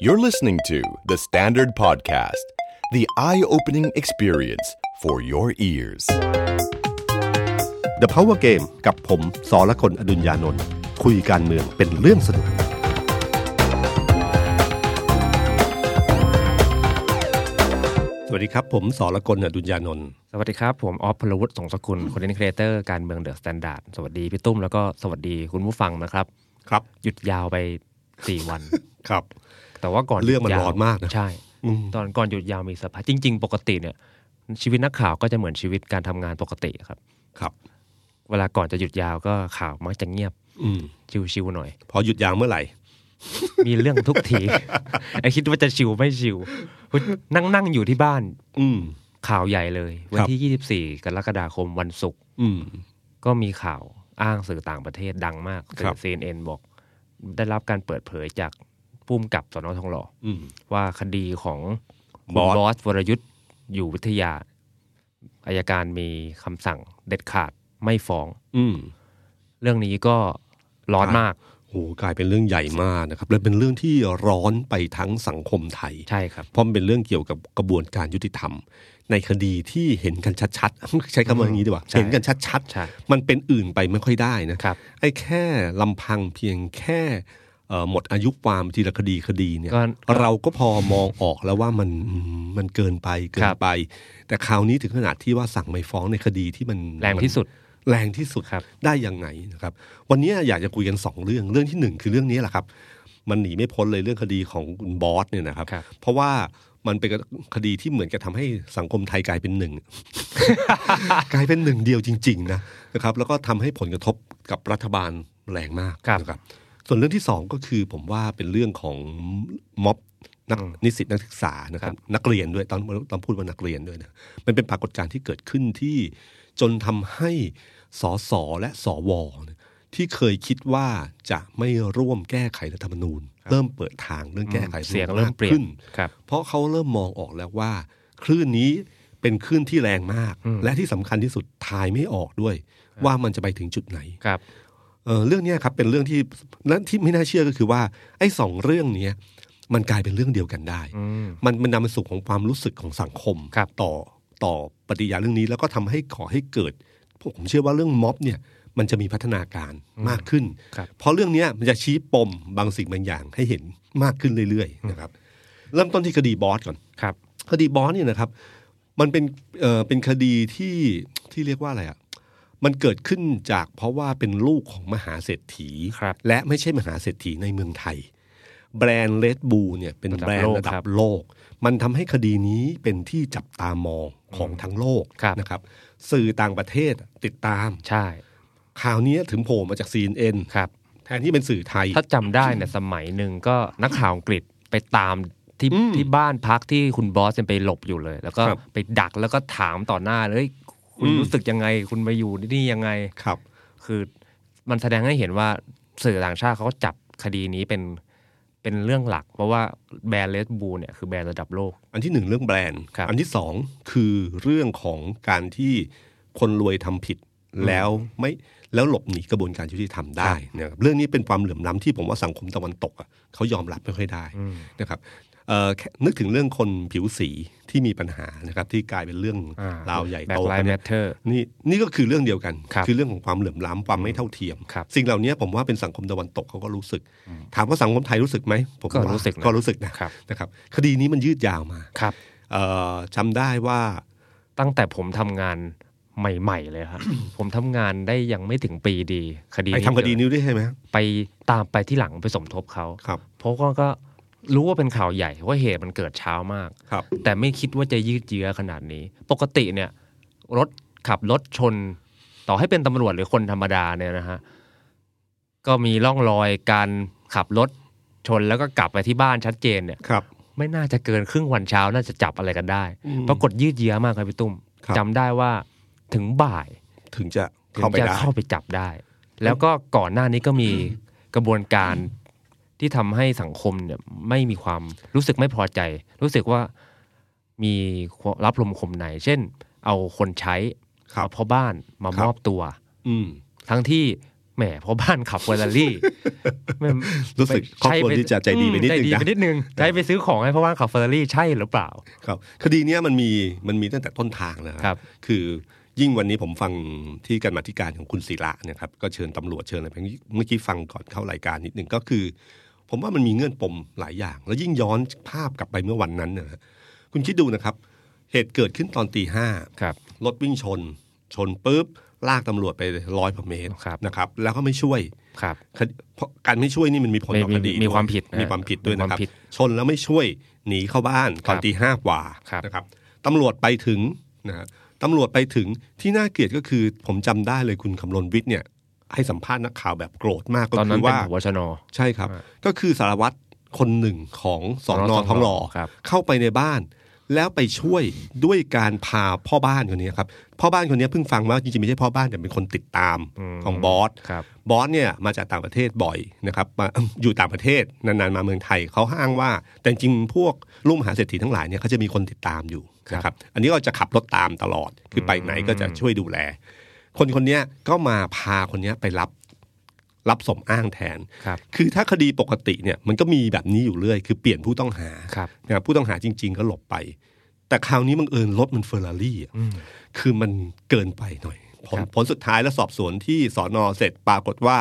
You're listening to The Standard Podcast, the eye opening experience for your ears. The Power Game กับผมสอละคนอดุญญานนท์คุยการเมืองเป็นเรื่องสนุก สวัสดีครับ ผมสอละคนอดุญญานนท์ สวัสดีครับ ผมออฟพลวุฒิสงสกุลคอนเทนต์ครีเอเตอร์การเมืองเดอะสแตนดาร์ดสวัสดีพี่ตุ้มแล้วก็สวัสดีคุณผู้ฟังนะครับ ครับ หยุดยาวไป 4 วัน ครับ แต่ว่าก่อน เรื่องมัน หยุดย ร้ ว อนมากนะ ใช่ ตอนก่อนหยุดยาวมีสภาจริง ๆ ปกติเนี่ย ชีวิตนักข่าวก็จะเหมือนชีวิตการทำงานปกติครับ ครับ เวลาก่อนจะหยุดยาวก็ข่าวมักจะเงียบ อืม ชิวๆหน่อย พอหยุดยาวเมื่อไหร่ มีเรื่องทุกที ไอคิดว่าจะชิวไม่ชิวนั่งนั่งๆอยู่ที่บ้าน อืม ข่าวใหญ่เลย วัน ครับ ที่ 24 กรกฎาคมวันศุกร์ อืม ก็มีข่าวอ้างสื่อต่างประเทศดังมาก ครั สื่ บ อ CNN บอก ได้รับการเปิดเผยจากผู้มกับสนทองหล่อ อืม ว่าคดีของคุณ บอส บอสวรยุทธ์อยู่วิทยาอายการมีคำสั่งเด็ดขาดไม่ฟ้อง อืม เรื่องนี้ก็ร้อนมาก โหกลายเป็นเรื่องใหญ่มากนะครับ และเป็นเรื่องที่ร้อนไปทั้งสังคมไทย ใช่ครับ เพราะมันเป็นเรื่องเกี่ยวกับกระบวนการยุติธรรม ในคดีที่เห็นกันชัดๆ ใช้คำว่าอย่างนี้ดีกว่า ใช่ เห็นกันชัด ใช่ ๆ มันเป็นอื่นไปไม่ค่อยได้นะครับ ไอ้แค่ลำพังเพียงแค่เอ่อหมดอายุความทีละคดีคดีเนี่ย ก็ เราก็พอมองออกแล้วว่ามันอืมมันเกินไปเกิ ครั น บ ไป แต่คราวนี้ถึงขนาดที่ว่าสั่งไม่ฟ้องในคดีที่มัน แรงที่สุด แรงที่สุด ครับ ได้ยังไงนะครับ วันนี้อยากจะคุยกันสองเรื่องเรื่องที่หนึ่งคือเรื่องนี้แหละครับ มันหนีไม่พ้นเลยเรื่องคดีของคุณบอสเนี่ยนะครับ ครับ เพราะว่ามันเป็นคดีที่เหมือนกับทำให้สังคมไทยกลายเป็นหนึ่ง กลายเป็นหนึ่งเดียวจริงๆนะนะครับ แล้วก็ทำให้ผลกระทบกับรัฐบาลแรงมาก ครับ นะครับ ส่วนเรื่องที่สองก็คือผมว่าเป็นเรื่องของม็อบนัก อืม นิสิตนักศึกษานะครับนักเรียนด้วยตอนตอนพูดว่านักเรียนด้วยนะมันเป็นปรากฏการณ์ที่เกิดขึ้นที่จนทำให้สสและสวเนี่ยที่เคยคิดว่าจะไม่ร่วมแก้ไขรัฐธรรมนูญ เริ่มเปิดทางเรื่องแก้ไข เสียงเริ่มเปลี่ยน ขึ้น ครับ เพราะเขาเริ่มมองออกแล้วว่า คลื่นนี้เป็นคลื่นที่แรงมาก และที่สำคัญที่สุดทายไม่ออกด้วย ว่ามันจะไปถึงจุดไหน ครับ เอ่อเรื่องเนี้ยครับเป็นเรื่องที่และที่ไม่น่าเชื่อก็คือว่าไอ้สองเรื่องเนี้ยมันกลายเป็นเรื่องเดียวกันได้ อืม มันมันนำมาสู่ของความรู้สึกของสังคม ครับ ต่อต่อปฏิกิริยาเรื่องนี้แล้วก็ทำให้ขอให้เกิดผมเชื่อว่าเรื่องม็อบเนี่ยมันจะมีพัฒนาการมากขึ้น ครับ เพราะเรื่องเนี้ยมันจะชี้ปมบางสิ่งบางอย่างให้เห็นมากขึ้นเรื่อยๆนะครับเริ่มต้นที่คดีบอสก่อน ครับ คดีบอสเนี่ยนะครับ มันเป็นเอ่อเป็นคดีที่ที่เรียกว่าอะไรอ่ะมันเกิดขึ้นจากเพราะว่าเป็นลูกของมหาเศรษฐี ครับ และไม่ใช่มหาเศรษฐีในเมืองไทย แบรนด์เลดบูเนี่ยเป็นแบรนด์ระดับโลก มันทำให้คดีนี้เป็นที่จับตามองของทั้งโลก ครับ นะครับ สื่อต่างประเทศติดตาม ใช่ ข่าวนี้ถึงโผล่มาจาก CNN ครับ แทนที่เป็นสื่อไทย ถ้าจำได้เนี่ยสมัยหนึ่งก็นักข่าวอังกฤษไปตามที่ อืม ที่บ้านพักที่คุณบอสเนี่ยไปหลบอยู่เลย แล้วก็ ครับ ไปดักแล้วก็ถามต่อหน้าเลยเฮ้ยคุณ อืม รู้สึกยังไง คุณมาอยู่ที่นี่ยังไง ครับ คือมันแสดงให้เห็นว่าสื่อต่างชาติเขาก็จับคดีนี้เป็นเป็นเรื่องหลัก เพราะว่าแบรนด์เลดบูเนี่ยคือแบรนด์ระดับโลก อันที่หนึ่งเรื่องแบรนด์ ครับ อันที่สองคือเรื่องของการที่คนรวยทำผิดแล้วไม่แล้วหลบหนีกระบวนการยุติธรรมได้นะครับเรื่องนี้เป็นความเหลื่อมล้ำที่ผมว่าสังคมตะวันตกอะเขายอมรับไม่ค่อยได้นะครับเอ่อแค่นึกถึงเรื่องคนผิวสีที่มีปัญหานะครับที่กลายเป็นเรื่อง อ่าร าวใหญ่ แบ็ โต คไลท์ เนี่ยแมทเทอร์ นี่นี่ก็คือเรื่องเดียวกัน ครับ อเรื่องของความเหลื่อมล้ำความไม่เท่าเทียม ครับ สิ่งเหล่านี้ผมว่าเป็นสังคมตะวันตกเขาก็รู้สึก ถามว่าสังคมไทยรู้สึกไหมผม ก็ ว่า รู้สึกนะ ก็รู้สึกนะครับ นะครับ คดีนี้มันยืดยาวมา ครับ เอ่อจำได้ว่า ตั้งแต่ผมทำงานใหม่ ๆ เลยครับ ผมทำงานได้ยังไม่ถึงปีดีคดี ไปทำคดี เกิ นี้ด้วยใช่ไหม ไปตามไปที่หลังไปสมทบเขา ครับ เพราะก็ก็รู้ว่าเป็นข่าวใหญ่ว่าเหตุมันเกิดเช้ามาก ครับ แต่ไม่คิดว่าจะยืดเยื้อขนาดนี้ ปกติเนี่ย รถขับรถชน ต่อให้เป็นตำรวจหรือคนธรรมดาเนี่ยนะฮะ ก็มีร่องรอยการขับรถชนแล้วก็กลับไปที่บ้านชัดเจนเนี่ย ครับ ไม่น่าจะเกินครึ่งวันเช้าน่าจะจับอะไรกันได้ อืม ปรากฏยืดเยื้อมากครับพี่ตุ้ม ครับ จำได้ว่าถึงบ่าย ถึงจะ ถึง เข้าไป จะ ได้ เข้าไปจับได้ แล้วก็ก่อนหน้านี้ก็มีกระบวนการที่ทำให้สังคมเนี่ยไม่มีความรู้สึกไม่พอใจ รู้สึกว่ามีรับลมคมในเช่น เอาคนใช้ ครับ เอาพ่อบ้านมา ครับ มอบตัว อืม ทั้งที่ แหมเพราะบ้านขับเฟอร์รา รี่แม่ง รู้สึกครอบครัวที่จะใจดีไปนิดนึง ใจดี นะ ไปนิดนึงใจะให้ไปซื้อของให้เพราะว่านขับเฟอร์รารี่ใช่หรือเปล่า ครับคดีเนี้ยมันมีมันมีตั้งแต่ต้นทางนะค ครั รับ คือยิ่งวันนี้ผมฟังที่การมาธิการของคุณศิระเนี่ยครับก็เชิญตำรวจเชิญอะไรไปเมื่อกี้ฟังก่อนเข้ารายการนิดหนึ่งก็คือ ผมว่ามันมีเงื่อนปมหลายอย่าง แล้วยิ่งย้อนภาพกลับไปเมื่อวันนั้นนะฮะคุณคิดดูนะครับ เหตุเกิดขึ้นตอนตีห้า ครับ รถวิ่งชน ชนปุ๊บ ลากตำรวจไปร้อยกว่าเมตร ครับ นะครับ แล้วก็ไม่ช่วย ครับ คดีเพราะการไม่ช่วยนี่มันมีผลต่อ มี คดี มี ย ความผิดนะ มีความผิดด้วยนะค มีค รั วา บ มผิด ชนแล้วไม่ช่วยหนีเข้าบ้านตอน ครับ ตีห้ากว่า ครับ นะครับตำรวจไปถึงนะฮะตำรวจไปถึงที่น่าเกลียดก็คือ ผมจำได้เลยคุณคำลนวิทย์เนี่ย ให้สัมภาษณ์นักข่าวแบบโกรธมากก็ ตอน คื นั้อนเป็น ว่า หัวชน ใช่ครับ อ่า ก็คือสารวัตรคนหนึ่งของสอน สน น ท อ อง ทองหล่อ ครับ เข้าไปในบ้าน แล้วไปช่วยด้วยการพาพ่อบ้านคนนี้ครับพ่อบ้านคนนี้เพิ่งฟังว่าจริงๆไม่ใช่พ่อบ้านแต่เป็นคนติดตาม อืม ของบอส ครับ บอสเนี่ยมาจากต่างประเทศบ่อยนะครับมา อยู่ต่างประเทศนานๆมาเมืองไทยเขาอ้างว่า แต่จริงๆพวกลุ่มหาเศรษฐีทั้งหลายเนี่ยเขาจะมีคนติดตามอยู่ ครับ นะครับอันนี้ก็จะขับรถตามตลอดคือไปไหนก็จะช่วยดูแล คนคนเนี้ยก็มาพาคนเนี้ยไปรับรับสมอ้างแทน ครับ คือถ้าคดีปกติเนี่ยมันก็มีแบบนี้อยู่เรื่อย คือเปลี่ยนผู้ต้องหา ครับ นะครับผู้ต้องหาจริง ๆ ก็หลบไป แต่คราวนี้บังเอิญรถมันเฟอร์รารี่อะ อืม คือมันเกินไปหน่อย ผล ครับ ผลสุดท้ายแล้วสอบสวนที่สอนอเสร็จปรากฏว่า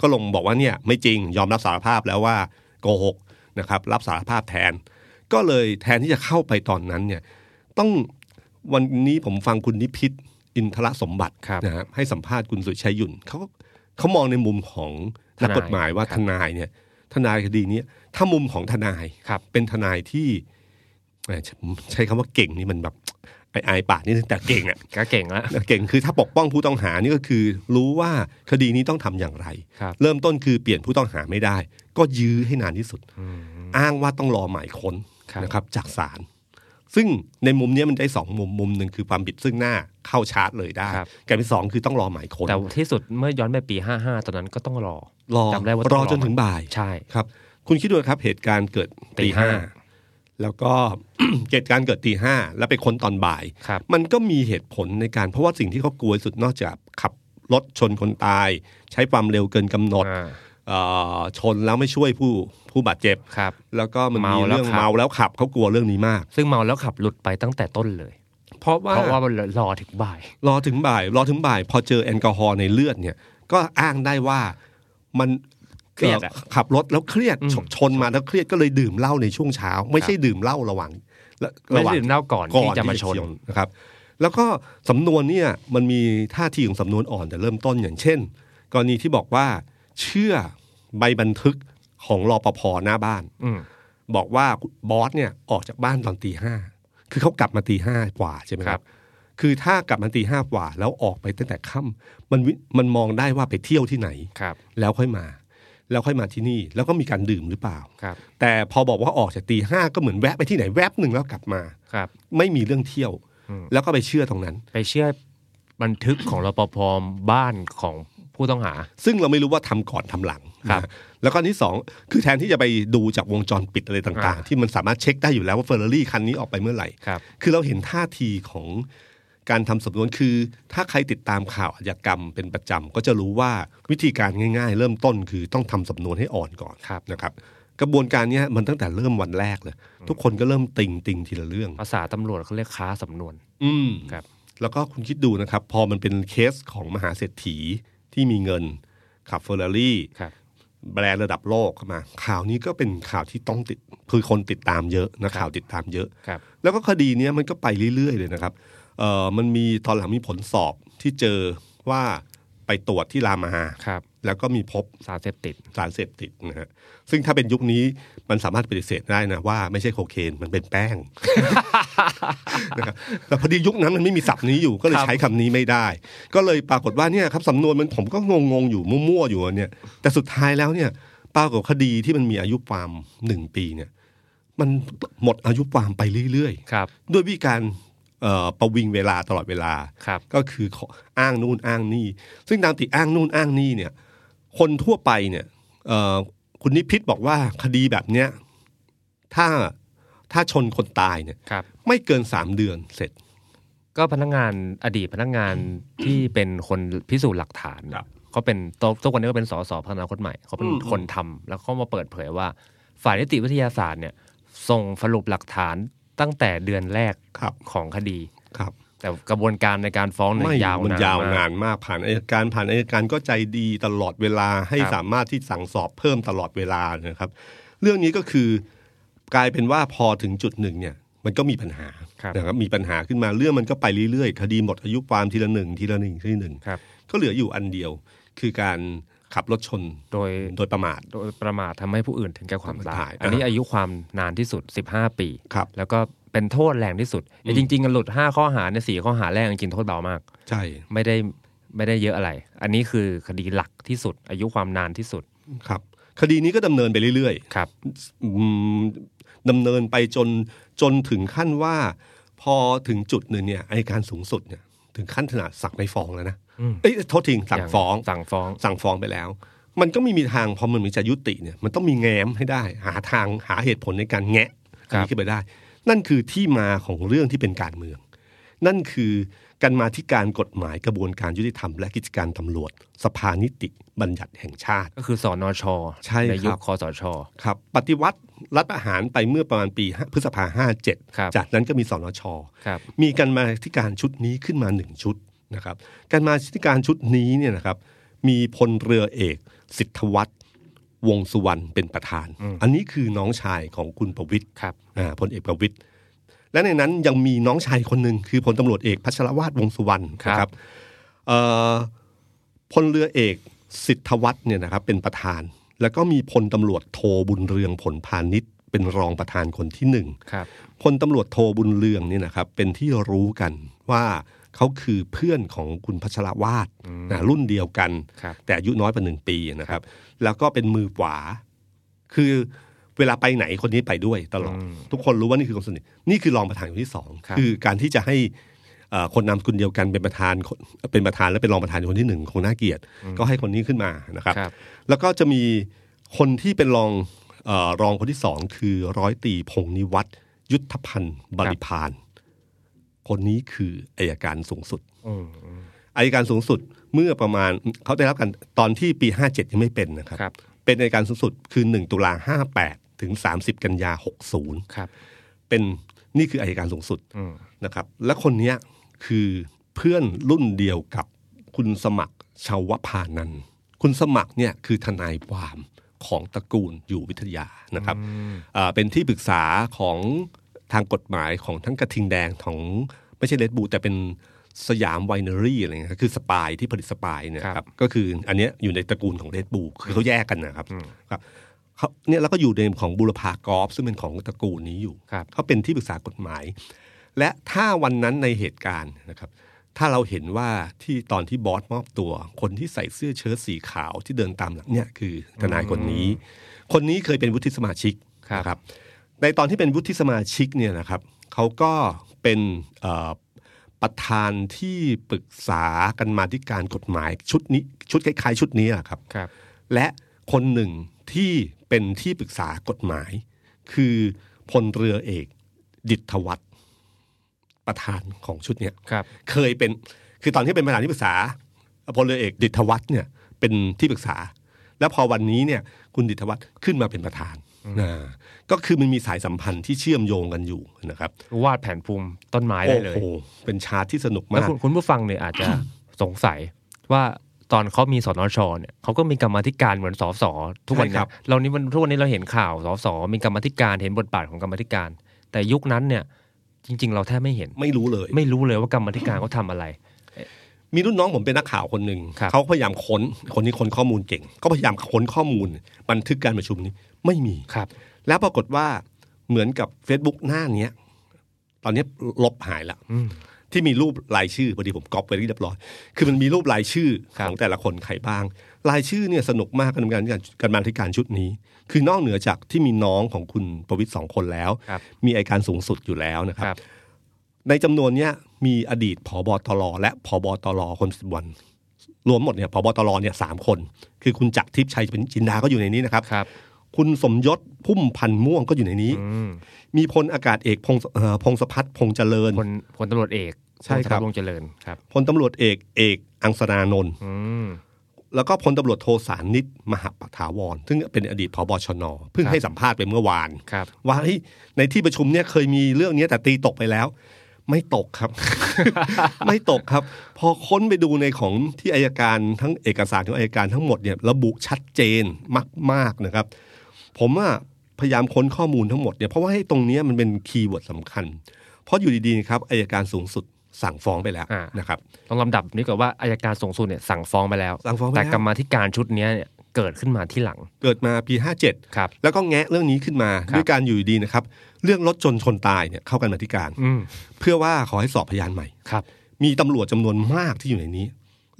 ก็ลงบอกว่าเนี่ยไม่จริงยอมรับสารภาพแล้วว่าโกหกนะครับ รับสารภาพแทน ก็เลยแทนที่จะเข้าไปตอนนั้นเนี่ย ต้องวันนี้ผมฟังคุณนิพิษอินทรสมบัติ ครับ นะฮะให้สัมภาษณ์คุณสุชัยหยุ่นเขาเขามองในมุมของนักกฎหมายว่า ครับ ทนายเนี่ย ทนายคดีเนี้ยถ้ามุมของทนาย ครับ เป็นทนายที่เอ่อใช้ใช้คำว่าเก่งนี่มันแบบไอายๆปากนิดนึงแต่เก่งอะ ก็เก่งแล้ว เก่งคือถ้าปกป้องผู้ต้องหานี่ก็คือ รู้ว่าคดีนี้ต้องทำอย่างไร ครับ เริ่มต้นคือเปลี่ยนผู้ต้องหาไม่ได้ ก็ยื้อให้นานที่สุด อืม อ้างว่าต้องรอหมายค้น ครับ นะครับจากศาลซึ่งในมุมเนี้ยมันได้สองมุมมุมหนึ่งคือความผิดซึ่งหน้าเข้าชาร์จเลยได้ ครับ กับที่สองคือต้องรอหมายค้น แต่ที่สุดเมื่อย้อนไปปี 55 ตอนนั้นก็ต้องรอ รอ จำได้ว่ารต้องร อ อ จนถึงบ่าย ใช่ ครับ คุณคิดดูนะครับเหตุการณ์เกิด ตี ตีห้า ห้า แล้วก็ เหตุการณ์เกิดตีห้าแล้วไปค้นตอนบ่าย ครับ มันก็มีเหตุผลในการเพราะว่าสิ่งที่เขากลัวที่สุดนอกจากขับรถชนคนตาย ใช้ความเร็วเกินกำหนด อ่า เอ่อชนแล้วไม่ช่วยผู้ผู้บาดเจ็บ ครับ แล้วก็มันมี เมาแล้ว เรื่อง ขับ เมาแล้วขับเขากลัวเรื่องนี้มาก ซึ่งเมาแล้วขับหลุดไปตั้งแต่ต้นเลย เพราะว่า เพราะว่ารอถึงบ่าย รอถึงบ่าย รอถึงบ่าย พอเจอแอลกอฮอล์ในเลือดเนี่ย ก็อ้างได้ว่ามัน เครียดอะ อ่อขับรถแล้วเครียด อืม ชชนมาแล้วเครียดก็เลยดื่มเหล้าในช่วงเช้า ไม่ใช่ดื่มเหล้าระหว่างและระไม่ห ได้ ว่าง ดื่มเหล้าก่อนที่จะมาชน เฉี่ยวนะครับ แล้วก็สำนวนเนี่ยมันมีท่าทีของสำนวนอ่อนแต่เริ่มต้นอย่างเช่น กรณีที่บอกว่าเชื่อใบบันทึกของรอปภหน้าบ้าน อืม บอกว่าบอสเนี่ยออกจากบ้านตอนตีห้าคือเขากลับมาตีห้ากว่าใช่ไหมค ครั รับ บ คือถ้ากลับมาตีห้ากว่า แล้วออกไปตั้งแต่ค่ำมันวิมันมองได้ว่าไปเที่ยวที่ไหน ครับ แล้วค่อยมา แล้วค่อยมาที่นี่ แล้วก็มีการดื่มหรือเปล่า ครับ แต่พอบอกว่าออกจากตีห้าก็เหมือนแวะไปที่ไหนแวบหนึ่งแล้วกลับมา ครับ ไม่มีเรื่องเที่ยว อืม แล้วก็ไปเชื่อตรงนั้น ไปเชื่อบันทึกของรปภบ้านของผู้ต้องหา ซึ่งเราไม่รู้ว่าทำก่อนทำหลัง ครับ นะแล้วก็อันที่สองคือแทนที่จะไปดูจากวงจรปิดอะไรต่าง อ่า ๆ ที่มันสามารถเช็คได้อยู่แล้วว่าเฟอร์รารี่คันนี้ออกไปเมื่อไหร่ ครับ คือเราเห็นท่าทีของการทำสำนวนคือ ถ้าใครติดตามข่าวอาชญากรรมเป็นประจำก็จะรู้ว่าวิธีการง่าย ๆ เริ่มต้นคือต้องทำสำนวนให้อ่อนก่อน ครับ นะครับ กระบวนการเนี้ยมันตั้งแต่เริ่มวันแรกเลย ทุกคนก็เริ่มติงติงทีละเรื่อง ภาษาตำรวจเขาเรียกค้าสำนวน อืม ครับ แล้วก็คุณคิดดูนะครับ พอมันเป็นเคสของมหาเศรษฐีที่มีเงินขับเฟอร์รารี่ ครับ แบรนด์ระดับโลกเข้ามา ข่าวนี้ก็เป็นข่าวที่ต้องติดคือคนติดตามเยอะนะข่าวติดตามเยอะ ครับ แล้วก็คดีเนี้ยมันก็ไปเรื่อย ๆ เลยนะครับเอ่อมันมีตอนหลังมีผลสอบที่เจอว่าไปตรวจที่รามา ครับ แล้วก็มีพบ สารเสพติด สารเสพติดนะฮะซึ่งถ้าเป็นยุคนี้มันสามารถปฏิเสธได้นะว่าไม่ใช่โคเคนมันเป็นแป้ง นะครับแต่พอดียุคนั้นมันไม่มีศัพท์นี้อยู่ก็เลย ครับ ใช้คำนี้ไม่ได้ ก็เลยปรากฏว่าเนี่ยครับสำนวนมันผมก็งงๆอยู่มั่วๆอยู่อะเนี่ย แต่สุดท้ายแล้วเนี่ย ปรากฏคดีที่มันมีอายุความหนึ่งปีเนี่ย มันหมดอายุความไปเรื่อย ครับ ๆ ด้วยวิธีการเอ่อประวิงเวลาตลอดเวลา ครับ ก็คือขออ้างนู่นอ้างนี่ ซึ่งตามติอ้างนู่นอ้างนี่เนี่ย คนทั่วไปเนี่ยเอ่อคุณนิพิษบอกว่าคดีแบบเนี้ยถ้าถ้าชนคนตายเนี่ย ครับ ไม่เกินสามเดือนเสร็จ ก็พนักงานอดีตพนักงานที่เป็นคนพิสูจน์หลักฐาน ครับ เขาเป็นตัวตัวคนนี้ก็เป็นสสพัฒนาคตใหม่เขาเป็น อืม คนทำแล้วเขามาเปิดเผยว่า ฝ่ายนิติวิทยาศาสตร์เนี่ยส่งสรุปหลักฐานตั้งแต่เดือนแรก ครับ ของคดี ครับ แต่กระบวนการในการฟ้องเนี่ย ไม่ ยาว มัน นาน ยาว มาก นานมากผ่านอายการผ่านอายการก็ใจดีตลอดเวลาให้ ครับ สามารถที่สั่งสอบเพิ่มตลอดเวลานะครับ เรื่องนี้ก็คือกลายเป็นว่าพอถึงจุดหนึ่งเนี่ย มันก็มีปัญหา ครับ นะครับมีปัญหาขึ้นมาเรื่องมันก็ไปเรื่อยๆ คดีหมดอายุความทีละหนึ่งทีละหนึ่งทีละหนึ่ง ครับ ก็เหลืออยู่อันเดียว คือการขับรถชน โดย โดยประมาท โดยประมาททำให้ผู้อื่นถึงแก่ความตาย อ่า อันนี้อายุความนานที่สุด 15 ปี ครับ แล้วก็เป็นโทษแรงที่สุดไอ้จริงๆกันหลุด 5 ข้อหาเนี่ยสข้อหาแรกจริงๆโทษเบามาก ใช่ ไม่ได้ไม่ได้เยอะอะไร อันนี้คือคดีหลักที่สุด อายุความนานที่สุด ครับ คดีนี้ก็ดำเนินไปเรื่อยๆ ครับ อืมดำเนินไปจนจนถึงขั้นว่า พอถึงจุดหนึ่งเนี่ยอัยการสูงสุดเนี่ยถึงขั้นขนาดสั่งไม่ฟ้องแล้วนะ อืม เอ้ยโทษทีสั่งฟ้อง สั่งฟ้อง สั่งฟ้องไปแล้ว มันก็ไม่มีทางพอมันมีจะยุติเนี่ยมันต้องมีแง้มให้ได้ หาทางหาเหตุผลในการแงะอันนี้ขึ้นไปได้ นั่นคือที่มาของเรื่องที่เป็นการเมือง นั่นคือการมาธิการกฎหมายกระบวนการยุติธรรมและกิจการตำรวจ สภานิติบัญญัติแห่งชาติ ก็คือสอนอช ใช่ครับ ยุคคอสช ครับปฏิวัติรัฐประหารไปเมื่อประมาณปี5พฤษภาห้าเจ็ด ครับ จากนั้นก็มีสนช ครับ มีการมาธิการชุดนี้ขึ้นมาหนึ่งชุดนะครับการมาธิการชุดนี้เนี่ยนะครับมีพลเรือเอก สิทธวัฒน์วงษ์สุวรรณเป็นประธาน อันนี้คือน้องชายของคุณประวิตย ครับ อ่าพลเอกประวิตยและในนั้นยังมีน้องชายคนหนึ่งคือพลตำรวจเอกพัชรวาทวงษ์สุวรรณ ครับ นะครับเอ่อพลเรือเอกสิทธวัฒน์เนี่ยนะครับเป็นประธาน แล้วก็มีพลตำรวจโทบุญเรืองผลพาณิชย์เป็นรองประธานคนที่หนึ่ง ครับ พลตำรวจโทบุญเรืองเนี่ยนะครับเป็นที่รู้กันว่าเขาคือเพื่อนของคุณพัชรวาดนะรุ่นเดียวกัน ครับ แต่อายุน้อยกว่าหนึ่งปีนะครับ แล้วก็เป็นมือขวา คือเวลาไปไหนคนนี้ไปด้วยตลอด ทุกคนรู้ว่านี่คือคนสนิทนี่คือรองประธานคนที่สอง ครับ อการที่จะให้เอ่อคนนามสกุลเดียวกันเป็นประธานคนเป็นประธานและเป็นรองประธานคนที่หนึ่งคงน่าเกลียดก็ให้คนนี้ขึ้นมานะครับ ครับ แล้วก็จะมีคนที่เป็นรองเออรองคนที่สองคือร้อยตรีพงนิวัตรยุทธพันธ์บริพานคนนี้คืออายการสูงสุด อืม อายการสูงสุดเมื่อประมาณเขาได้รับกันตอนที่ปีห้าเจ็ดยังไม่เป็นนะครับ ครับ เป็นอายการสูงสุดคือหนึ่งตุลาห้าแปดถึงสามสิบกันยาหกศูนย์ ครับ เป็นนี่คืออายการสูงสุด อืม นะครับ และคนเนี้ยคือเพื่อนรุ่นเดียวกับคุณสมัครชาวพานันท์คุณสมัครเนี่ยคือทนายความของตระกูลอยู่วิทยานะครับอ่าเป็นที่ปรึกษาของทางกฎหมายของทั้งกระทิงแดงของไม่ใช่เลดบูแต่เป็นสยามไวเนอรี่อะไรเงี้ยครับคือสปายที่ผลิตสปายเนี่ย ค ค รั รับ บก็คืออันเนี้ยอยู่ในตระกูลของเลดบูคือเขาแยกกันนะครับครับ เขาเนี่ยแล้วก็อยู่ในของบุรพากอฟซึ่งเป็นของตระกูลนี้อยู่ ครับ เขาเป็นที่ปรึกษากฎหมาย และถ้าวันนั้นในเหตุการณ์นะครับ ถ้าเราเห็นว่าที่ตอนที่บอสมอบตัว คนที่ใส่เสื้อเชิ้ตสีขาวที่เดินตามหลังเนี่ยคือทนายคนนี้ คนนี้เคยเป็นวุฒิสมาชิก ครับ นะครับ ในตอนที่เป็นวุฒิสมาชิกเนี่ยนะครับเขาก็เป็นเอ่อประธานที่ปรึกษากันมาธิการกฎหมายชุดนี้ชุดคล้ายๆ ชุดนี้แหละครับ ครับ และคนหนึ่งที่เป็นที่ปรึกษากฎหมาย คือพลเรือเอก ดิตถวัฒน์ประธานของชุดเนี้ย ครับ เคยเป็นคือตอนที่เป็นประธานที่ปรึกษาพลเรือเอก ดิตถวัฒน์เนี่ยเป็นที่ปรึกษา แล้วพอวันนี้เนี่ยคุณดิตถวัฒน์ขึ้นมาเป็นประธานอ่าก็คือมันมีสายสัมพันธ์ที่เชื่อมโยงกันอยู่นะครับ วาดแผนภูมิต้นไม้ได้ โอ้ เลย โหเป็นชาร์ตที่สนุก แล้ว มาก คุณคุณผู้ฟังเนี่ยอาจจะ สงสัยว่าตอนเขามีสนชเนี่ยเขาก็มีกรรมาธิการเหมือนสสทุกวัน ใช่ครัเนี้ย บ เรานี่มันทุกวันนี้เราเห็นข่าวสสมีกรรมาธิการเห็นบทบาทของกรรมาธิการ แต่ยุคนั้นเนี่ย จริง ๆ เราแทบไม่เห็น ไม่รู้เลย ไม่รู้เลยว่ากรรมาธิการเขาทำอะไร มีรุ่นน้องผมเป็นนักข่าวคนหนึ่ง ครับ เขาพยายามค้นคนนี้ค้นข้อมูลเก่ง ก็พยายามค้นข้อมูล บันทึกการประชุมนี้ไม่มี ครับ แล้วปรากฏว่าเหมือนกับ Facebook หน้าเนี้ย ตอนนี้ลบหายละ อืม ที่มีรูปรายชื่อพอดีผมก๊อปไปเรียบร้อย คือมันมีรูปรายชื่อ ครับ ของแต่ละคนใครบ้าง รายชื่อเนี่ยสนุกมากกับการการมาธิการชุดนี้ คือนอกเหนือจากที่มีน้องของคุณประวิตรสองคนแล้ว ครับ มีอายการสูงสุดอยู่แล้วนะค ครับ รับ ในจำนวนเนี้ยมีอดีตผบตรและผบตรคนปัจจุบัน รวมหมดเนี่ยผบตรเนี่ยสามคน คือคุณจักรทิพย์ชัยจินดาก็อยู่ในนี้นะครับ ครับ คุณสมยศพุ่มพันธ์ม่วงก็อยู่ในนี้ อืม มีพลอากาศเอกพงศเอ่อพงศพัฒน์พงษ์เจริญ คนคนตำรวจเอก ใช่ครับ วงศ์เจริญครับ พลตำรวจเอกเอกอังสนานนท์ อืม แล้วก็พลตำรวจโทสานิตมหาปถาวร ซึ่งเป็นอดีตผบชนเพิ่ง ครับ ให้สัมภาษณ์ไปเมื่อวาน ครับ ว่าเฮ้ยในที่ประชุมเนี่ยเคยมีเรื่องเนี้ยแต่ตีตกไปแล้ว ไม่ตกครับ ไม่ตกครับ พอค้นไปดูในของที่อายการทั้งเอกสารของอายการทั้งหมดเนี่ยระบุชัดเจนมาก ๆนะครับ ผมว่าพยายามค้นข้อมูลทั้งหมดเนี่ยเพราะว่าให้ตรงเนี้ยมันเป็นคีย์เวิร์ดสำคัญ เพราะอยู่ดีๆครับอายการสูงสุดสั่งฟ้องไปแล้ว อ่าน นะครับ ต้องลำดับนี้ก่อนว่าอายการสูงสุดเนี่ยสั่งฟ้องไปแล้ว สั่งฟ้องไปแล้ว แต่กรรมาธิการชุดเนี้ยเนี่ยเกิดขึ้นมาที่หลัง เกิดมาปี 57 ครับ แล้วก็แงะเรื่องนี้ขึ้นมา ครับ ด้วยการอยู่ดีๆนะครับ เรื่องรถจนชนตายเนี่ยเข้ากันมาธิการ อืม เพื่อว่าขอให้สอบพยานใหม่ ครับ มีตำรวจจำนวนมากที่อยู่ในนี้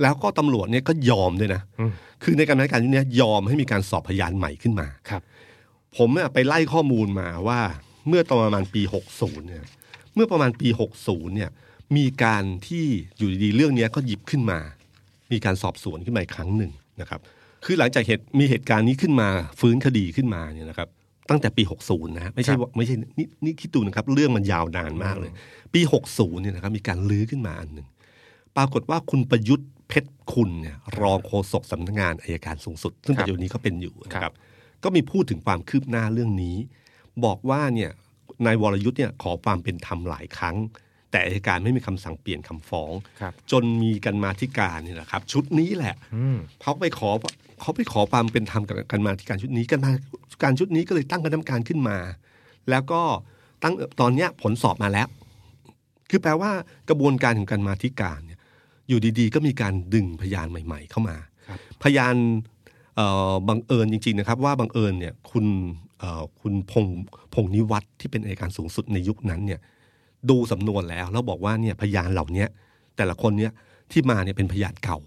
แล้วก็ตำรวจเนี่ยก็ยอมด้วยนะ อืม คือในการนัดการยุคเนี้ยยอมให้มีการสอบพยานใหม่ขึ้นมา ครับ ผมเนี่ยไปไล่ข้อมูลมาว่าเมื่อตอนประมาณปี 60 เนี่ย เมื่อประมาณปี 60 เนี่ย มีการที่อยู่ดีๆเรื่องเนี้ยก็หยิบขึ้นมา มีการสอบสวนขึ้นมาอีกครั้งหนึ่งนะครับ คือหลังจากเหตุมีเหตุการณ์นี้ขึ้นมาฟื้นคดีขึ้นมาเนี่ยนะครับ ตั้งแต่ปี 60 นะฮะไม่ใช่ว่าไม่ใช่นี่นี่คิดดูนะครับ เรื่องมันยาวนานมากเลย ปี 60 เนี่ยนะครับมีการลื้อขึ้นมาอันหนึ่ง ปรากฏว่าคุณประยุทธ์เพชรคุณเนี่ยรองโฆษกสำนักงานอายการสูงสุด ซึ่งปัจจุบันนี้ก็เป็นอยู่นะครับ ก็มีพูดถึงความคืบหน้าเรื่องนี้ บอกว่าเนี่ยนายวรยุทธ์เนี่ยขอความเป็นธรรมหลายครั้ง แต่อายการไม่มีคำสั่งเปลี่ยนคำฟ้อง ครับ จนมีกันมาธิการเนี่ยนะครับ ชุดนี้แหละ อืม เขาไปขอเขาไปขอความเป็นธรรมกับกันมาที่การชุดนี้กันมาการชุดนี้ก็เลยตั้งคณะกรรมการขึ้นมา แล้วก็ตั้งตอนเนี้ยผลสอบมาแล้ว คือแปลว่ากระบวนการของการมาธิการเนี่ยอยู่ดีๆ ก็มีการดึงพยานใหม่ ๆ เข้ามา พยานเอ่อบังเอิญจริง ๆ นะครับ ว่าบังเอิญเนี่ยคุณเอ่อคุณพงพงนิวัตที่เป็นอัยการสูงสุดในยุคนั้นเนี่ยดูสำนวนแล้วแล้วบอกว่าเนี่ยพยานเหล่าเนี้ยแต่ละคนเนี่ยที่มาเนี่ยเป็นพยานเก่า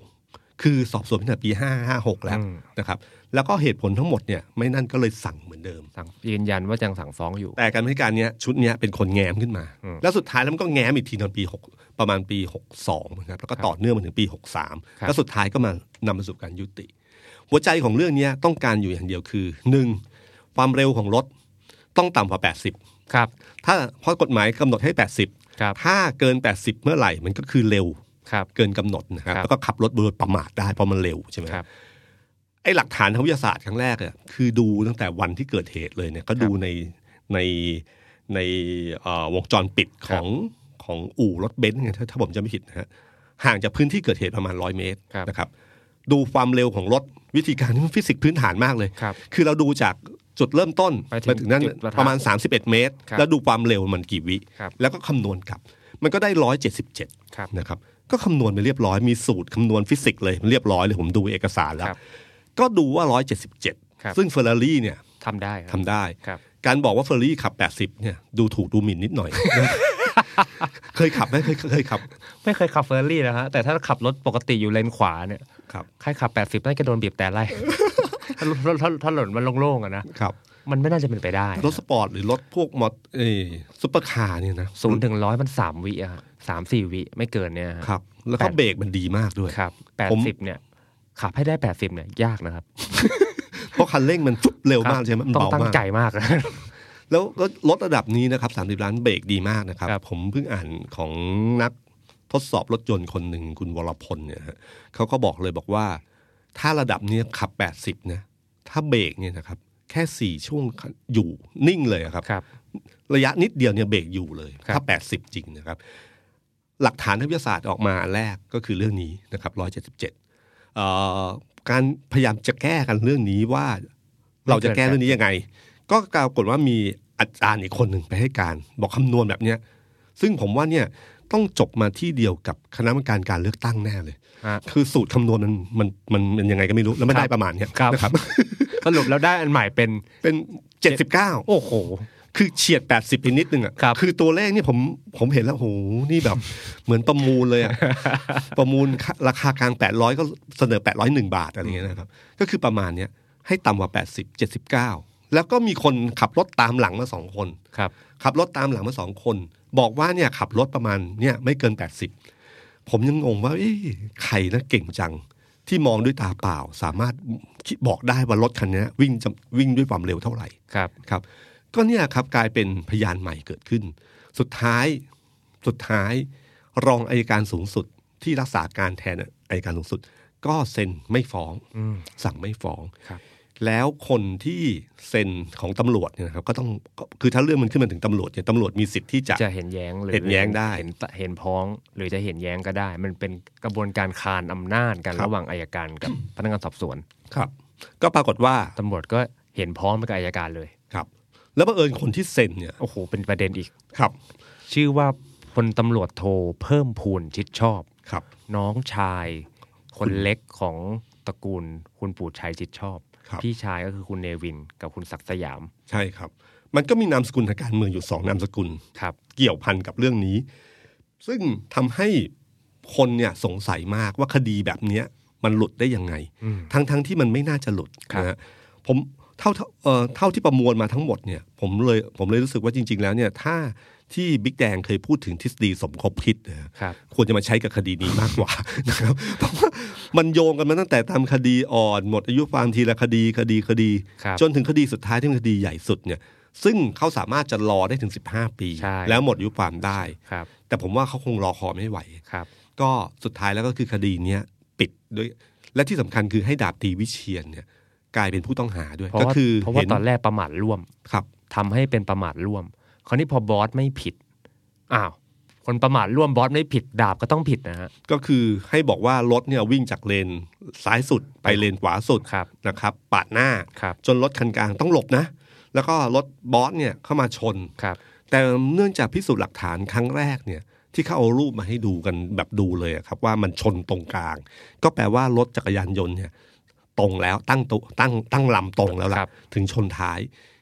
คือสอบสวนตั้งแต่ปีห้าห้าหกแล้วนะครับแล้วก็เหตุผลทั้งหมดเนี่ยไม่นั่นก็เลยสั่งเหมือนเดิม สั่งยืนยันว่ายังสั่งฟ้องอยู่ แต่การบริการเนี้ยชุดเนี้ยเป็นคนแง้มขึ้นมา แล้วสุดท้ายแล้วมันก็แง้มอีกทีตอนปีหกประมาณปีหกสองนะครับแล้วก็ต่อเนื่องมาถึงปีหกสาม ครับ แล้วสุดท้ายก็มานำมาสู่การยุติ หัวใจของเรื่องเนี้ยต้องการอยู่อย่างเดียวคือหนึ่งความเร็วของรถต้องต่ำกว่า 80 ครับ ถ้าเพราะกฎหมายกำหนดให้ 80 ครับ ถ้าเกิน 80 เมื่อไหร่มันก็คือเร็ว ครับ เกินกำหนดนะครับ ครับ แล้วก็ขับรถโดยประมาทได้เพราะมันเร็วใช่ไหม ครับ ไอ้หลักฐานทางวิทยาศาสตร์ครั้งแรกอะคือดูตั้งแต่วันที่เกิดเหตุเลยเนี่ยก็ดูในในในเอ่อวงจรปิดของของอู่รถเบนซ์ไงถ้าถ้าผมจะไม่ผิดนะฮะห่างจากพื้นที่เกิดเหตุประมาณร้อยเมตร ครับ นะครับ ดูความเร็วของรถวิธีการที่มันฟิสิกส์พื้นฐานมากเลย ครับ อเราดูจากจุดเริ่มต้น ไปถึง มาถึงนั้น จุดประทัด ประมาณ 31 เมตร ครับ แล้วดูความเร็วมันกี่วิ ครับ แล้วก็คำนวณกลับ มันก็ได้ 177 ครับ นะครับก็คำนวณไปเรียบร้อยมีสูตรคำนวณฟิสิกส์เลยเรียบร้อยเลยผมดูเอกสารแล้ว ครับ ก็ดูว่า ครับ 177 ซึ่งเฟอร์รารี่เนี่ย ทำได้ครับ ทำได้ ครับ การบอกว่าเฟอร์รารี่ขับ 80 เนี่ยดูถูกดูหมิ่นนิดหน่อย เคยขับไหมเคยเคยขับ ไม่เคยขับเฟอร์รี่นะฮะแต่ถ้าขับรถปกติอยู่เลนขวาเนี่ย ครับ ใครขับ 80น่าจะโดนบีบแต่ไล่ ถ้ารถถ้าถ้าหล่นมันโล่งๆอะนะครับ มันไม่น่าจะเป็นไปได้ รถสปอร์ตหรือรถพวกมอเตอร์เอ้ยซุปเปอร์คาร์เนี่ยนะ ศูนย์ถึงร้อยมันสามวิอะฮะสามสี่วิไม่เกินเนี่ยฮะ ครับ แล้วก็ แปด เบรกมันดีมากด้วย ครับแปด ผม สิบเนี่ยขับให้ได้แปดสิบเนี่ยยากนะครับ เพราะคันเร่งมันฟุบเร็วมากใช่ไหมมัน ต้อง เบา ตั้ง มาก ใจมากนะ แล้วก็ลดระดับนี้นะครับ 30 ล้านเบรกดีมากนะครับ ครับ ผมเพิ่งอ่านของนักทดสอบรถยนต์คนหนึ่งคุณวรพลเนี่ยฮะเขาก็บอกเลยบอกว่า ถ้าระดับเนี้ยขับ 80นะถ้าเบรกเนี่ยนะครับแค่สี่ช่วงอยู่นิ่งเลยอะครับ ครับ ระยะนิดเดียวเนี่ยเบรกอยู่เลย ครับ ถ้า 80 จริงนะครับ หลักฐานทางวิทยาศาสตร์ออกมาอันแรกก็คือเรื่องนี้นะครับ177เอ่อการพยายามจะแก้กันเรื่องนี้ว่า เราจะแก้เรื่องนี้ยังไง ก็ปรากฏว่ามีอาจารย์อีกคนหนึ่งไปให้การ บอกคำนวณแบบเนี้ยซึ่งผมว่าเนี่ยต้องจบมาที่เดียวกับคณะกรรมการการเลือกตั้งแน่เลย ฮะ คือสูตรคำนวณมันมันมันมันยังไงก็ไม่รู้แล้วมันได้ ครับ ประมาณเนี้ย ครับ นะครับ สรุปแล้วได้อันใหม่เป็น เป็น 79 โอ้โห คือเฉียด 80ไปนิดนึงอ่ะ ครับ อตัวเลขเนี่ยผมผมเห็นแล้วโหนี่แบบ เหมือนประมูลเลยอ่ะ ประมูลค่าราคากลาง 800 ก็เสนอ 801 บาทอะไรเงี้ยนะครับ ก็คือประมาณเนี้ยให้ต่ำกว่า 80 79 แล้วก็มีคนขับรถตามหลังมาสองคน ครับ ขับรถตามหลังมาสองคน บอกว่าเนี่ยขับรถประมาณเนี่ยไม่เกิน 80 ผมยังงงว่าเอ้ใครนะเก่งจัง ที่มองด้วยตาเปล่า สามารถคิดบอกได้ว่ารถคันเนี้ยวิ่งจะวิ่งด้วยความเร็วเท่าไหร่ ครับ ครับก็เนี่ยครับกลายเป็นพยานใหม่เกิดขึ้น สุดท้ายสุดท้าย รองอายการสูงสุดที่รักษาการแทนอายการสูงสุด ก็เซ็นไม่ฟ้อง อืม สั่งไม่ฟ้อง ครับ แล้วคนที่เซ็นของตำรวจเนี่ยนะครับก็ต้องก็คือถ้าเรื่องมันขึ้นมาถึงตำรวจเนี่ยตำรวจมีสิทธิ์ที่จะ จะเห็นแย้งหรือ เห็นแย้งได้ เห็นตะเห็นพ้องหรือจะเห็นแย้งก็ได้ มันเป็นกระบวนการคานอำนาจกัน ครับ ระหว่างอายการกับ พนักงานสอบสวน ครับ ก็ปรากฏว่า ตำรวจก็เห็นพ้องไปกับอายการเลย ครับ แล้วบังเอิญคนที่เซ็นเนี่ย โอ้โหเป็นประเด็นอีก ครับ ชื่อว่าพลตำรวจโทเพิ่มพูนชิดชอบ ครับ น้องชาย คนเล็กของตระกูลคุณปู่ชัยชิดชอบ ครับ พี่ชายก็คือคุณเนวินกับคุณศักดิ์สยาม ใช่ครับ มันก็มีนามสกุลทางการเมืองอยู่สองนามสกุล ครับ เกี่ยวพันกับเรื่องนี้ ซึ่งทำให้คนเนี่ยสงสัยมากว่าคดีแบบเนี้ยมันหลุดได้ยังไง ทั้งทั้งที่มันไม่น่าจะหลุด ครับ นะฮะผมเท่าเท่าเอ่อเท่าที่ประมวลมาทั้งหมดเนี่ยผมเลยผมเลยรู้สึกว่าจริง ๆ แล้วเนี่ยถ้าที่บิ๊กแดงเคยพูดถึงทฤษฎีสมคบคิดนะฮะ ครับ ควรจะมาใช้กับคดีนี้มากก ว่า นะครับเพราะว่ามันโยงกันมาตั้งแต่ตามคดีอ่อน หมดอายุความทีละคดีคดีคดี ครับ จนถึงคดีสุดท้ายที่เป็นคดีใหญ่สุดเนี่ย ซึ่งเขาสามารถจะรอได้ถึง 15 ปี ใช่ แล้วหมดอายุความได้ ครับ แต่ผมว่าเขาคงรอคอไม่ไหว ครับ ก็สุดท้ายแล้วก็คือคดีเนี้ยปิดด้วย และที่สำคัญคือให้ดาบตีวิเชียนเนี่ยกลายเป็นผู้ต้องหาด้วย เพราะ ก็ ว่า คือ เพราะว่า เห็น ตอนแรกประมาทร่วม ครับ ทำให้เป็นประมาทร่วม คราวนี้พอบอสไม่ผิด อ้าว คนประมาทร่วมบอสไม่ผิดดาบก็ต้องผิดนะฮะ ก็คือให้บอกว่ารถเนี่ยวิ่งจากเลนซ้ายสุด ไปเลนขวาสุด ครับ นะครับปาดหน้า ครับ จนรถคันกลางต้องหลบนะ แล้วก็รถบอสเนี่ยเข้ามาชน ครับ แต่เนื่องจากพิสูจน์หลักฐานครั้งแรกเนี่ยที่เขาเอารูปมาให้ดูกันแบบดูเลยอะครับว่ามันชนตรงกลาง ก็แปลว่ารถจักรยานยนต์เนี่ยตรงแล้วตั้งตัวตั้งตั้งลำตรงแล้ว ครั ล่ะ บ ถึงชนท้าย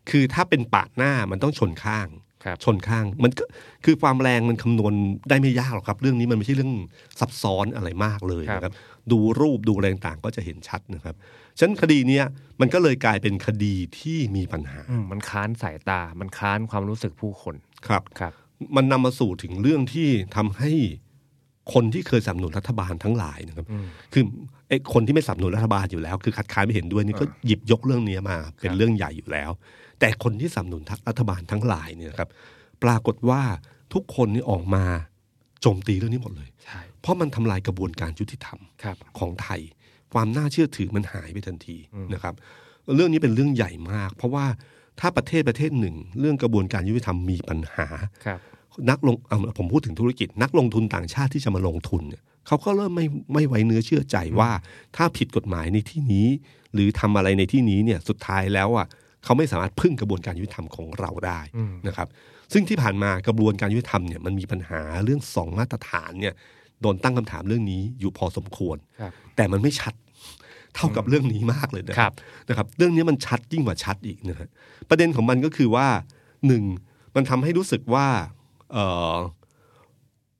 คือถ้าเป็นปาดหน้ามันต้องชนข้าง ครับ ชนข้างมันก็คือความแรงมันคำนวณได้ไม่ยากหรอกครับ เรื่องนี้มันไม่ใช่เรื่องซับซ้อนอะไรมากเลย ครับ นะครับ ดูรูปดูอะไรต่างๆก็จะเห็นชัดนะครับฉะนั้นคดีเนี้ยมันก็เลยกลายเป็นคดีที่มีปัญหา อืมมันค้านสายตา มันค้านความรู้สึกผู้คน ครับ ครับ มันนำมาสู่ถึงเรื่องที่ทำให้คนที่เคยสนับสนุนรัฐบาลทั้งหลายนะครับ คือไอ้คนที่ไม่สนับสนุนรัฐบาลอยู่แล้ว คือคัดค้านไม่เห็นด้วยนี่ก็หยิบยกเรื่องนี้มา เป็นเรื่องใหญ่อยู่แล้ว แต่คนที่สนับสนุนรัฐบาลทั้งหลายเนี่ยนะครับ ปรากฏว่าทุกคนนี่ออกมาโจมตีเรื่องนี้หมดเลย ใช่ เพราะมันทำลายกระบวนการยุติธรรม ครับ ของไทย ความน่าเชื่อถือมันหายไปทันทีนะครับ เรื่องนี้เป็นเรื่องใหญ่มาก เพราะว่าถ้าประเทศประเทศหนึ่ง เรื่องกระบวนการยุติธรรมมีปัญหา ครับ นักลงเอาผมพูดถึงธุรกิจ นักลงทุนต่างชาติที่จะมาลงทุนเนี่ยเขาก็เริ่มไม่ไม่ไว้เนื้อเชื่อใจว่า ถ้าผิดกฎหมายในที่นี้ หรือทำอะไรในที่นี้เนี่ยสุดท้ายแล้วอ่ะเขาไม่สามารถพึ่งกระบวนการยุติธรรมของเราได้นะครับ ซึ่งที่ผ่านมากระบวนการยุติธรรมเนี่ยมันมีปัญหาเรื่องสองมาตรฐานเนี่ยโดนตั้งคำถามเรื่องนี้อยู่พอสมควร ครับ แต่มันไม่ชัดเท่ากับเรื่องนี้มากเลยนะ ครับ นะครับเรื่องนี้มันชัดยิ่งกว่าชัดอีกนะฮะประเด็นของมันก็คือว่าหนึ่งมันทำให้รู้สึกว่าเอ่อ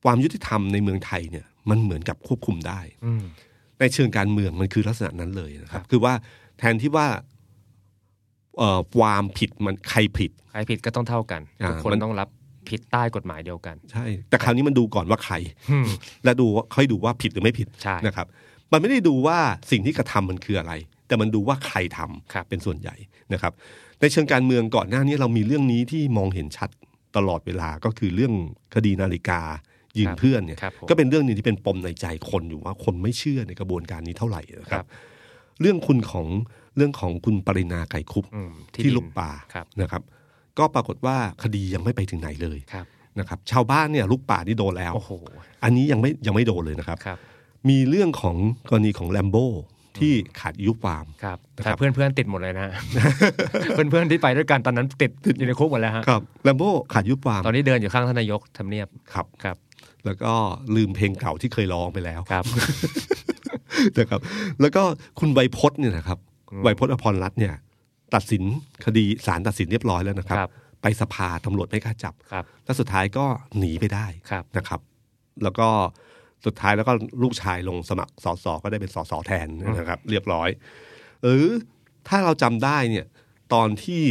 ความยุติธรรมในเมืองไทยเนี่ยมันเหมือนกับควบคุมได้ อืม ในเชิงการเมืองมันคือลักษณะนั้นเลยนะค ครั รับ บ คือว่าแทนที่ว่าเอ่อความผิดมันใครผิด ใครผิดก็ต้องเท่ากัน อ่า ทุกคน มัน ต้องรับผิดใต้กฎหมายเดียวกัน ใช่ แต่คราวนี้มันดูก่อนว่าใคร อืม และดูว่าค่อยดูว่าผิดหรือไม่ผิด ใช่ นะครับ มันไม่ได้ดูว่าสิ่งที่กระทำมันคืออะไร แต่มันดูว่าใครทำ ครับ เป็นส่วนใหญ่นะครับ ในเชิงการเมืองก่อนหน้านี้เรามีเรื่องนี้ที่มองเห็นชัดตลอดเวลาก็คือเรื่องคดีนาฬิกายืมเพื่อนเนี่ย ครับผม ก็เป็นเรื่องหนึงที่เป็นปมในใจคนอยู่ว่าคนไม่เชื่อในกระบวนการนี้เท่าไหร่นะค ครั รับ บ เรื่องคุณของเรื่องของคุณปรินาไกรคุบ อืม ที่ ดิน ลุกป่า ครับ นะครับ ก็ปรากฏว่าคดียังไม่ไปถึงไหนเลย ครับ นะครับ ชาวบ้านเนี่ยลุกป่านี่โดนแล้ว โอ้โห อันนี้ยังไม่ยังไม่โดนเลยนะครับ ครับ มีเรื่องของกรณีของแลมโบที่ขาดอายุความ ครับ นะครับ แต่เพื่อนเพื่อนๆติดหมดเลยนะ เพื่อนเพื่อนๆที่ไปด้วยกันตอนนั้นติดอยู่ในคุกหมดแล้วฮะ ครับแลมโบขาดอายุความ ตอนนี้เดินอยู่ข้างท่านนายกทำเนียบ ครับ ครับ แล้วก็ลืมเพลงเก่าที่เคยร้องไปแล้ว ครับ นะครับ แล้วก็คุณไวยพจน์เนี่ยนะครับไวยพจน์อภรรัตน์เนี่ย ตัดสินคดีศาลตัดสินเรียบร้อยแล้วนะครับ ครับ ไปสภาตำรวจไม่กล้าจับ ครับ แล้วสุดท้ายก็หนีไปได้ ครับ นะครับ แล้วก็สุดท้ายแล้วก็ลูกชายลงสมัครสสก็ได้เป็นสสแทนนะครับ เรียบร้อยหรือถ้าเราจำได้เนี่ยตอนที่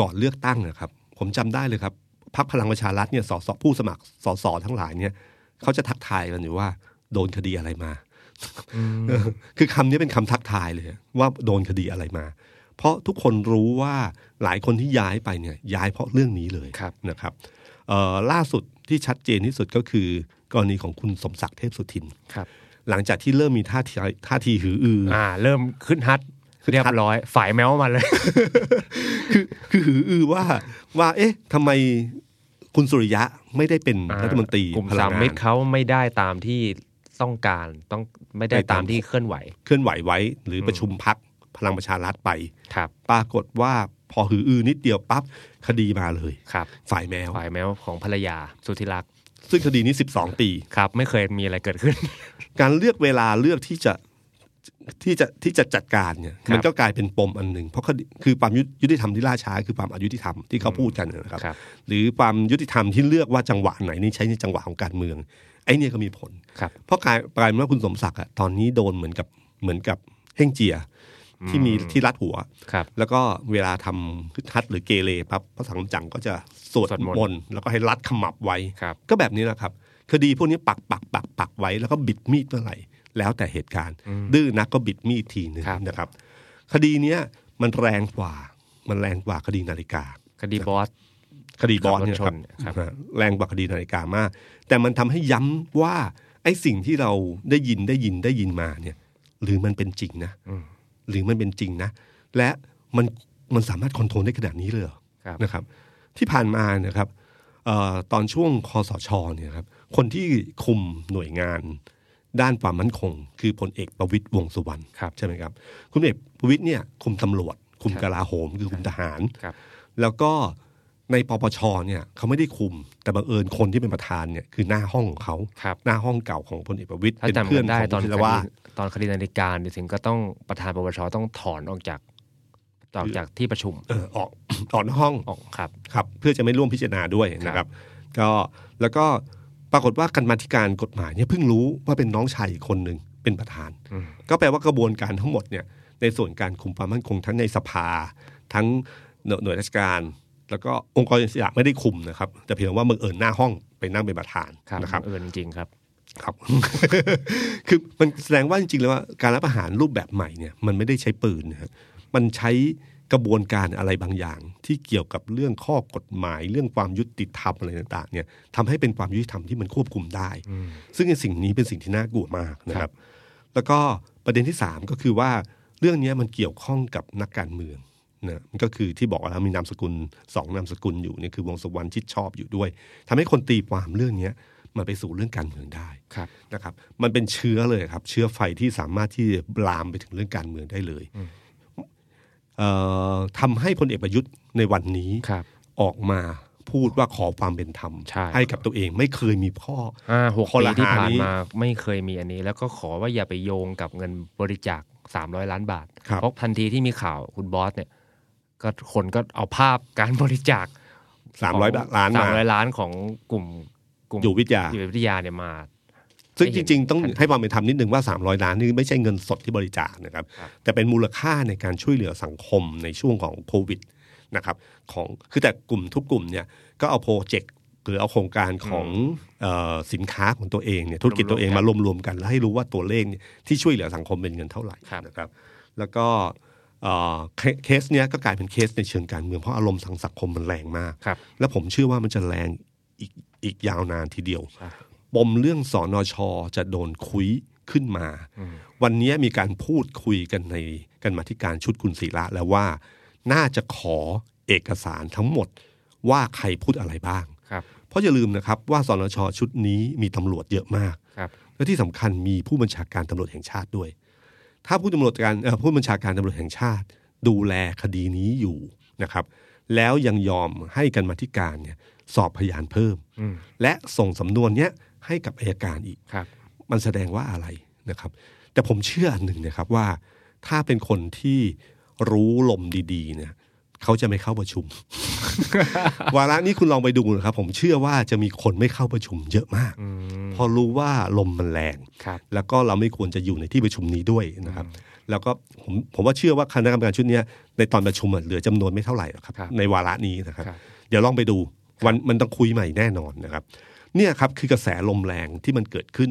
ก่อนเลือกตั้งนะครับ ผมจำได้เลยครับพรรคพลังประชารัฐเนี่ยสสผู้สมัครสสทั้งหลายเนี่ยเขาจะทักทายกันอยู่ว่า โดนคดีอะไรมา เออ คือคำนี้เป็นคำทักทายเลยว่าโดนคดีอะไรมา เพราะทุกคนรู้ว่าหลายคนที่ย้ายไปเนี่ยย้ายเพราะเรื่องนี้เลย ครับ นะครับเอ่อล่าสุดที่ชัดเจนที่สุดก็คือกรณีของคุณสมศักดิ์เทพสุทิน ครับ หลังจากที่เริ่มมีท่าทีท่าทีหืออือ อ่า เริ่มขึ้นฮัท ขึ้นฮัท เรียบร้อย ฝ่ายแมวมาเลย คือคือหืออือว่าว่า เอ๊ะทำไมคุณสุริยะไม่ได้เป็น อ่า รัฐมนตรี กลุ่ม พลั สาง ม งา มิต น รเขาไม่ได้ตามที่ต้องการต้องไม่ได้ ไม่ตาม ตามที่เคลื่อนไหว เคลื่อนไหวไว้ หรือประชุมพักพลังประชารัฐไป ครับ ปรากฏว่าพอหืออือนิดเดียวปั๊บคดีมาเลย ครับ ฝ่ายแมว ฝ่ายแมวของภรรยาสุธิรักษ์ ซึ่งคดีนี้ 12 ปี ครับ ไม่เคยมีอะไรเกิดขึ้น การเลือกเวลาเลือกที่จะที่จะที่จะจัดการเนี่ย ครับ มันก็กลายเป็นปมอันหนึ่งเพราะคดีคือความยุยุติธรรมที่ล่าช้าคือความอายุติธรรมที่เขาพูดกันนะครับ ครับ หรือความยุติธรรมที่เลือกว่าจังหวะไหนนี่ใช้ในจังหวะของการเมือง ไอ้เนี่ยก็มีผล ครับ เพราะกลายกลายเป็นว่าคุณสมศักดิ์อะตอนนี้โดนเหมือนกับเหมือนกับเฮ่งเจีย ที่มีที่รัดหัว ครับ แล้วก็เวลาทำคึดทัดหรือเกเรปั๊บพระสังฆจังก็จะสวด สวดมนต์ มนต์แล้วก็ให้รัดขมับไว้ ครับ ก็แบบนี้แหละครับ คดีพวกนี้ปักปักปักปักไว้แล้วก็บิดมีดเมื่อไหร่ แล้วแต่เหตุการณ์ ดื้อนักก็บิดมีดทีหนึ่ง ครับ นะครับ คดีเนี้ยมันแรงกว่ามันแรงกว่าคดีนาฬิกา คดีบอส คดีบอสเนี่ยนะครับ ครับ นะฮะแรงกว่าคดีนาฬิกามาก แต่มันทำให้ย้ำว่าไอ้สิ่งที่เราได้ยินได้ยินได้ยินมาเนี่ย หรือมันเป็นจริงนะหรือมันเป็นจริงนะ และมันมันสามารถคอนโทรลได้ขนาดนี้เลยเหรอ ครับ นะครับที่ผ่านมาเนะครับเออตอนช่วงคอสชเนี่ยครับคนที่คุมหน่วยงาน ด้านความมั่นคง คือพลเอกประวิตยวงษ์สุวรรณ ครับ ใช่ไหมครับคุณเอกประวิตยเนี่ยคุมตำรวจ คุมกลาโหม คือคุมทหาร ครับ แล้วก็ในปปชเนี่ยเขาไม่ได้คุม แต่บังเอิญคนที่เป็นประธานเนี่ยคือหน้าห้องของเขา ครับ หน้าห้องเก่าของพลเอกประวิตย ถ้า เป็น จำ เพื่ กั อนขนได้ อง ตอน ศิลคดี วา ตอนคดีนาฬิกาเนี่ยถึงก็ต้องประธานปปชต้องถอนออกจากออกจากที่ประชุม เออออกออกนอกห้อง ออกครับ ครับเพื่อจะไม่ร่วมพิจารณาด้วยนะครับก็แล้วก็ปรากฏว่าการมาธิการกฎหมายเนี่ยเพิ่งรู้ว่าเป็นน้องชายอีกคนหนึ่งเป็นประธาน อืม ก็แปลว่ากระบวนการทั้งหมดเนี่ยในส่วนการคุมความมั่นคงทั้งในสภา ทั้งหน่วยหน่วยราชการ แล้วก็องค์กรอิสระไม่ได้คุมนะครับแต่เพียงว่าบังเอิญหน้าห้องไปนั่งเป็นประธาน ครับ นะครับ เอิญจริงๆครับ ครับ คือมันแสดงว่าจริงๆแล้วว่าการรับอาหารรูปแบบใหม่เนี่ยมันไม่ได้ใช้ปืนนะครับมันใช้กระบวนการอะไรบางอย่าง ที่เกี่ยวกับเรื่องข้อกฎหมาย เรื่องความยุติธรรมอะไรต่างๆเนี่ยทำให้เป็นความยุติธรรมที่มันควบคุมได้ ซึ่งไอ้สิ่งนี้เป็นสิ่งที่น่ากลัวมากนะค ครั รับ บ แล้วก็ประเด็นที่สามก็คือว่าเรื่องเนี้ยมันเกี่ยวข้องกับนักการเมืองนะมันก็คือที่บอกว่ามีนามสกุลสองนามสกุลอยู่เนี่ยคือวงศ์สวรรค์ชิดชอบอยู่ด้วยทำให้คนตีความเรื่องเนี้ยมันไปสู่เรื่องการเมืองได้ ครับ นะครับมันเป็นเชื้อเลยครับ เชื้อไฟที่สามารถที่ลามไปถึงเรื่องการเมืองได้เลยเอ่อทำให้พลเอกประยุทธ์ในวันนี้ ครับ ออกมาพูดว่าขอความเป็นธรรม ใช่ กับตัวเองไม่เคยมีข้อ ห้าหก ข้อ ปี ละ ที่ หา ผ่าน นี้ มาไม่เคยมีอันนี้ แล้วก็ขอว่าอย่าไปโยงกับเงินบริจาคสามร้อยล้านบาท ครับ เพราะทันทีที่มีข่าวคุณบอสเนี่ย ก็คนก็เอาภาพการบริจาค สามร้อยล้าสานามม ร้อยล้านของกลุ่มกลุ่ม อยู่วิทยา อยู่วิทยาเนี่ยมา ซึ่ง ให้ จ เห็น ริง ๆ ต้อง ทันที ให้ความเป็นธรรมนิดนึงว่า 300 ล้านนี่ไม่ใช่เงินสดที่บริจาคนะครับ ครับ แต่เป็นมูลค่าในการช่วยเหลือสังคมในช่วงของโควิดนะครับของคือแต่กลุ่มทุกกลุ่มเนี่ยก็เอาโปรเจกต์หรือเอาโครงการของเออสินค้าของตัวเองเนี่ยธุรกิจตัวเองมารวมๆกัน แล้วให้รู้ว่าตัวเลขเนี่ยที่ช่วยเหลือสังคมเป็นเงินเท่าไหร่ ครับ นะครับ แล้วก็เอ่อเคเคสเนี้ยก็กลายเป็นเคสในเชิงการเมืองเพราะอารมณ์ทางสังคมมันแรงมาก ครับ และผมเชื่อว่ามันจะแรงอีกอีกยาวนานทีเดียว ใช่ ปมเรื่องสอนอชอจะโดนคุยขึ้นมา วันนี้มีการพูดคุยกันในกันมาธิการชุดคุณศิระแล้วว่า น่าจะขอเอกสารทั้งหมดว่าใครพูดอะไรบ้าง ครับ เพราะอย่าลืมนะครับว่าสอนชชุดนี้มีตำรวจเยอะมาก ครับ และที่สำคัญมีผู้บัญชาการตำรวจแห่งชาติด้วย ถ้าผู้ตำรวจการเอ่อผู้บัญชาการตำรวจแห่งชาติ ดูแลคดีนี้อยู่นะครับ แล้วยังยอมให้กันมาธิการเนี่ยสอบพยานเพิ่ม อืม และส่งสำนวนเนี้ยให้กับอายการอีก ครับ มันแสดงว่าอะไรนะครับ แต่ผมเชื่ออันหนึ่งนะครับว่า ถ้าเป็นคนที่รู้ลมดีๆเนี่ยเขาจะไม่เข้าประชุม วาระนี้คุณลองไปดูนะครับ ผมเชื่อว่าจะมีคนไม่เข้าประชุมเยอะมาก อืม พอรู้ว่าลมมันแรง ครับ แล้วก็เราไม่ควรจะอยู่ในที่ประชุมนี้ด้วยนะครับ แล้วก็ผมผมว่าเชื่อว่าคณะกรรมการชุดเนี้ยในตอนประชุมอะเหลือจำนวนไม่เท่าไหร่หรอกครับ ครับ ในวาระนี้นะครับ ครับ เดี๋ยวลองไปดูวันมันต้องคุยใหม่แน่นอนนะครับ เนี่ยครับคือกระแสลมแรงที่มันเกิดขึ้น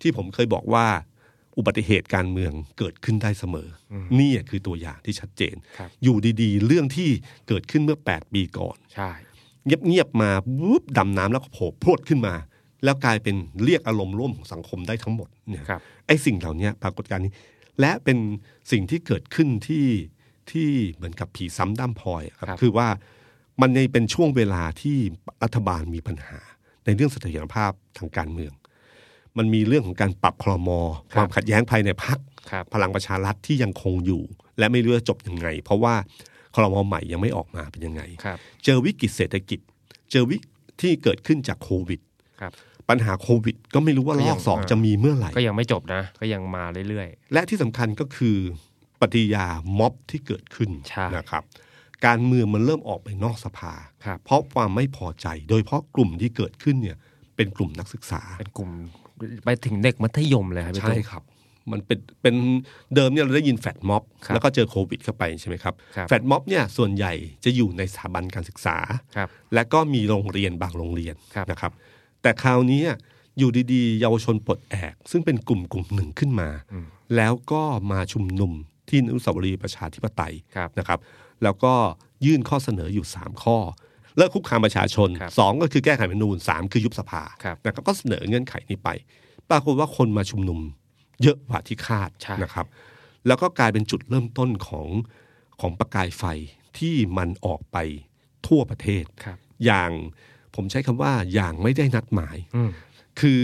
ที่ผมเคยบอกว่าอุบัติเหตุการเมืองเกิดขึ้นได้เสมออนี่คือตัวอย่างที่ชัดเจน ครับ อยู่ดีๆ เรื่องที่เกิดขึ้นเมื่อ 8 ปีก่อน ใช่ เงียบๆมาวุบดำน้ำแล้วก็โผล่พรวดขึ้นมา แล้วกลายเป็นเรียกอารมณ์ร่วมของสังคมได้ทั้งหมดเนี่ย ครับ ไอ้สิ่งเหล่านี้ปรากฏการณ์นี้ และเป็นสิ่งที่เกิดขึ้นที่ที่เหมือนกับผีซ้ำด้ามพลอยครับ ครับ คือว่ามันในเป็นช่วงเวลาที่รัฐบาลมีปัญหา ในเรื่องเสถียรภาพทางการเมือง มันมีเรื่องของการปรับคลมอ ครับ ความขัดแย้งภายในพัก ครับ พลังประชารัฐที่ยังคงอยู่ และไม่รู้จะจบยังไง เพราะว่าคลมอใหม่ยังไม่ออกมาเป็นยังไง ครับ เจอวิกฤตเศรษฐกิจ เจอวิที่เกิดขึ้นจากโควิด ครับ ปัญหาโควิด ก็ไม่รู้ว่า ก็ ล ยั อก ง สอง อ่า จะมีเมื่อไหร่ ก็ยังไม่จบนะ ก็ยังมาเรื่อย และที่สำคัญก็คือปฏิยาม็อบที่เกิดขึ้น ใช่ นะครับ การเมืองมันเริ่มออกไปนอกสภา ๆ ครับ เพราะความไม่พอใจ โดยเฉพราะกลุ่มที่เกิดขึ้นเนี่ยเป็นกลุ่มนักศึกษา เป็นกลุ่มไปถึงเด็กมัธยมเลยครับพี่ ใช่ ตุ้ม ครับ มันเป็นเป็นเดิมเนี่ยเราได้ยินแฟดม็อบ ครับ แล้วก็เจอโควิดเข้าไปใช่ไหมครับ ครับ แฟดม็อบเนี่ยส่วนใหญ่จะอยู่ในสถาบันการศึกษา ครับ และก็มีโรงเรียนบางโรงเรียน ครับ นะครับ แต่คราวนี้อยู่ดีๆ เยาวชนปลดแอก ซึ่งเป็นกลุ่มกลุ่มหนึ่งขึ้นมา แล้วก็มาชุมนุมที่อนุสาวรีย์ประชาธิปไตย ครับ นะครับ แล้วก็ยื่นข้อเสนออยู่ 3 ข้อ เลิกคุกคามประชาชน ครับ 2 ก็คือแก้ไขรัฐธรรมนูญ3คือยุบสภา ครับ นะครับก็เสนอเงื่อนไขนี้ไป ปรากฏว่าคนมาชุมนุมเยอะกว่าที่คาดนะครับ แล้วก็กลายเป็นจุดเริ่มต้นของของประกายไฟที่มันออกไปทั่วประเทศ ครับ อย่างผมใช้คำว่าอย่างไม่ได้นัดหมาย อืม คือ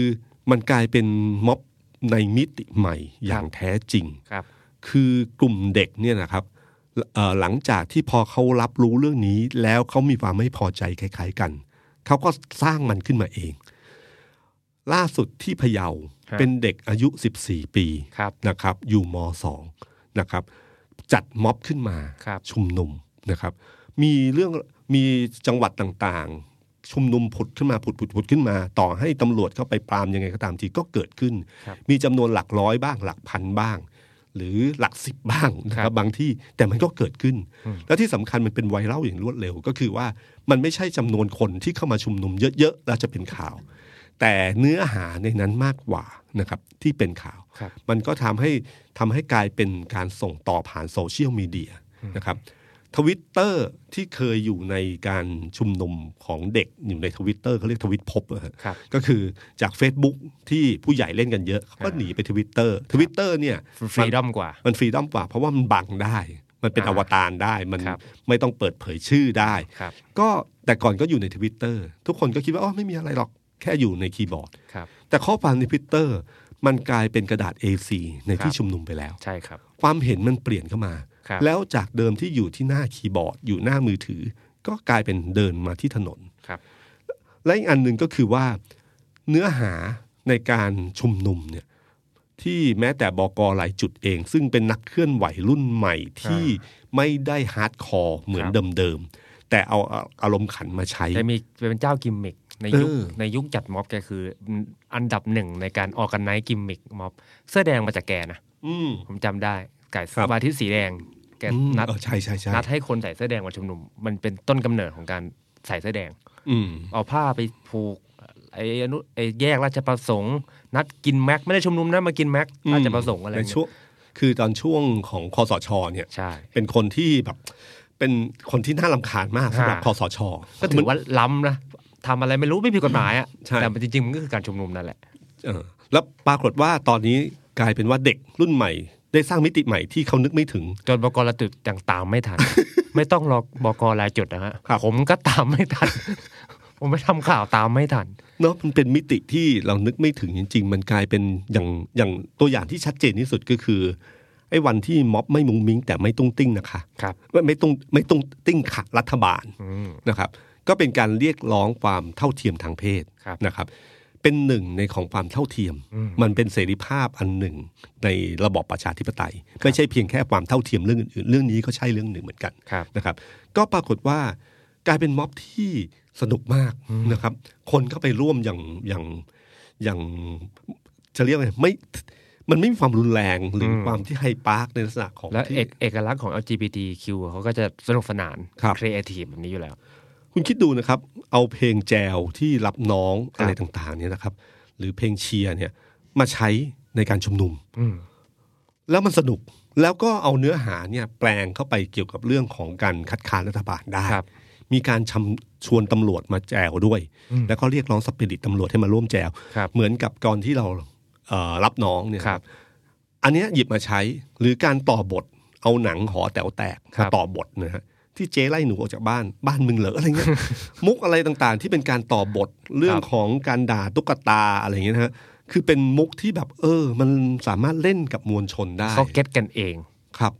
มันกลายเป็นม็อบในมิติใหม่อย่างแท้จริง ครับ คือกลุ่มเด็กเนี่ยนะครับเอ่อหลังจากที่พอเขารับรู้เรื่องนี้ แล้วเขามีความไม่พอใจคล้ายๆกัน เขาก็สร้างมันขึ้นมาเอง ล่าสุดที่พะเยา ครับ เป็นเด็กอายุ 14 ปี ครับ นะครับ อยู่ม .2 นะครับ จัดม็อบขึ้นมา ครับ ชุมนุมนะครับ มีเรื่องมีจังหวัดต่างๆ ชุมนุมผุดขึ้นมาผุดผุดผุดขึ้นมา ต่อให้ตำรวจเข้าไปปรามยังไงก็ตามทีก็เกิดขึ้น ครับ มีจำนวนหลักร้อยบ้าง หลักพันบ้าง หรือหลักสิบบ้างนะค ครั รับบ บางที่แต่มันก็เกิดขึ้น แล้วที่สำคัญมันเป็นไวรัลอย่างรวดเร็ว ก็คือว่ามันไม่ใช่จำนวนคนที่เข้ามาชุมนุมเยอะๆแล้วจะเป็นข่าว แต่เนื้อหาในนั้นมากกว่านะครับที่เป็นข่าว ครับ มันก็ทำให้ทำให้กลายเป็นการส่งต่อผ่านโซเชียลมีเดียนะครับทวิตเตอร์ที่เคยอยู่ในการชุมนุมของเด็กอยู่ในทวิตเตอร์เขาเรียกทวิตพบอะฮะ ครับ ก็คือจาก Facebook ที่ผู้ใหญ่เล่นกันเยอะเขาก็ อ่า หนีไปทวิตเตอร์ทวิตเตอร์เนี่ย ฟรีดอมกว่า มันฟรีดอมกว่า เพราะว่ามันบังได้ มันเป็น อ่า อวตารได้มัน ครับ ไม่ต้องเปิดเผยชื่อได้ ครับ ก็แต่ก่อนก็อยู่ในทวิตเตอร์ทุกคนก็คิดว่าอ๋อไม่มีอะไรหรอกแค่อยู่ในคีย์บอร์ด ครับ แต่ข้อความในพิตเตอร์มันกลายเป็นกระดาษ A4 ใน ครับ ที่ชุมนุมไปแล้ว ใช่ครับ ความเห็นมันเปลี่ยนเข้ามา ครับ แล้วจากเดิมที่อยู่ที่หน้าคีย์บอร์ด อยู่หน้ามือถือ ก็กลายเป็นเดินมาที่ถนน ครับ และอีกอันหนึ่งก็คือว่าเนื้อหาในการชุมนุมเนี่ยที่แม้แต่บกหลายจุดเอง ซึ่งเป็นนักเคลื่อนไหวรุ่นใหม่ที่ไม่ได้ฮาร์ดคอร์เหมือน ครับ เดิมๆแต่เอาอารมณ์ขันมาใช้ จะมีเป็นเจ้ากิมมิกในยุค เออ ในยุคจัดม็อบแกคืออันดับหนึ่งในการออกกันไนกิมมิกม็อบเสื้อแดงมาจากแกนะ อืม ผมจำได้ไก่ ครับ วาทิตย์สีแดงแก อืม นัด เออใช่ใช่ใช่ นัดให้คนใส่เสื้อแดงมาชุมนุม มันเป็นต้นกำเนิดของการใส่เสื้อแดง อืม เอาผ้าไปผูกไอ้อนุไอ้แยกราชประสงค์ นัดกินแม็กไม่ได้ชุมนุมนะมากินแม็กราชประสงค์อะไร ใน เงี้ ช่วย งคือตอนช่วงของคอสชเนี่ย ใช่ เป็นคนที่แบบ เป็นคนที่น่าลำคาญมากสำหรับ ฮะ คอสช ก็ถือว่าล้ำนะทำอะไรไม่รู้ไม่ผิดกฎหมายอ่ะ ใช่ แต่มันจริงๆมันก็คือการชุมนุมนั่นแหละ เออแล้วปรากฏว่าตอนนี้กลายเป็นว่าเด็กรุ่นใหม่ ได้สร้างมิติใหม่ที่เขานึกไม่ถึง จนบกรจุดยังตามไม่ทัน ไม่ต้องรอบกรายจุดนะฮะ ครับ ผมก็ตามไม่ทัน ผมไปทำข่าวตามไม่ทัน เนาะมันเป็นมิติที่เรานึกไม่ถึงจริง ๆ มันกลายเป็นอย่างอย่างตัวอย่างที่ชัดเจนที่สุดก็คือไอ้วันที่ม็อบไม่มุงมิ้งแต่ไม่ตุ้งติ้งนะคะ ครับ ไม่ไม่ตุ้งไม่ตุ้งติ้งขัดรัฐบาล อืม นะครับก็เป็นการเรียกร้องความเท่าเทียมทางเพศ ครับ นะครับ เป็นหนึ่งในของความเท่าเทียม มันเป็นเสรีภาพอันหนึ่งในระบอบประชาธิปไตย ไม่ใช่เพียงแค่ความเท่าเทียมเรื่องอื่นๆเรื่องนี้ก็ใช่เรื่องหนึ่งเหมือนกัน ครับ นะครับ ก็ปรากฏว่ากลายเป็นม็อบที่สนุกมากนะครับ คนเข้าไปร่วมอย่างอย่างอย่างจะเรียกไงไม่มันไม่มีความรุนแรงหรืออความที่ไฮปาร์กในลักษณะของ แล้ว ที่ เอกเอกลักษณ์ของ LGBTQ เขาก็จะสนุกสนาน ครับ ครีเอทีฟแบบนี้อยู่แล้ว คุณคิดดูนะครับ เอาเพลงแจวที่รับน้อง ครับ อะไรต่างๆเนี่ยนะครับ หรือเพลงเชียร์เนี่ยมาใช้ในการชุมนุม อืม แล้วมันสนุกแล้วก็เอาเนื้อหาเนี่ยแปลงเข้าไปเกี่ยวกับเรื่องของการคัดค้านรัฐบาลได้ ครับ มีการชำชวนตำรวจมาแจวด้วย แล้วก็เรียกร้องสปิริตตำรวจให้มาร่วมแจว ครับ เหมือนกับก่อนที่เราเอ่อรับน้องเนี่ย ครับ อันเนี้ยหยิบมาใช้หรือการต่อบทเอาหนังหอแต๋วแตก ครั มา บ ต่อบทนะฮะที่เจ๊ไล่หนูออกจากบ้านบ้านมึงเหรออะไรเงี้ย มุกอะไรต่างๆ ที่เป็นการต่อบทเรื่องของการด่าตุ๊กตาอะไรเงี้ยนะฮะคือเป็นมุกที่แบบเออ มันสามารถเล่นกับมวลชนได้ เขาเก็ตกันเอง ครับ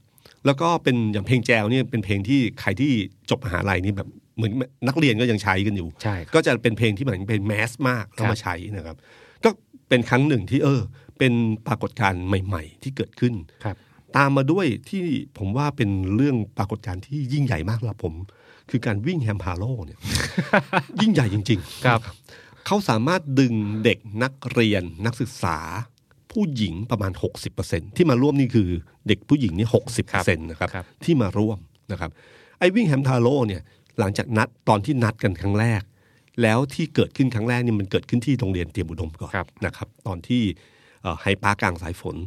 แล้วก็เป็นอย่างเพลงแจวเนี่ยเป็นเพลงที่ใครที่จบมหาลัยนี่แบบเหมือนนักเรียนก็ยังใช้กันอยู่ ใช่ครับ ก็จะเป็นเพลงที่เหมือนเป็นแมสมากเข้า ครั มา บ ใช้นะครับ ก็เป็นครั้งหนึ่งที่เออ เป็นปรากฏการณ์ใหม่ ๆ ที่เกิดขึ้น ครับ ตามมาด้วยที่ผมว่าเป็นเรื่องปรากฏการณ์ที่ยิ่งใหญ่มากสำหรับผม คือการวิ่งแฮมพาโล เนี่ย ยิ่งใหญ่จริง ๆ ครับ เขาสามารถดึงเด็กนักเรียนนักศึกษา ผู้หญิงประมาณ 60%ที่มาร่วมนี่คือเด็กผู้หญิงนี่60%นะครับ ครับ ที่มาร่วมนะครับไอ้วิ่งแฮมทาโร่เนี่ยหลังจากนัดตอนที่นัดกันครั้งแรก แล้วที่เกิดขึ้นครั้งแรกนี่มันเกิดขึ้นที่โรงเรียนเตรียมอุดมก่อน ครับ นะครับตอนที่เอ่อไฮปาร์คกลางสายฝน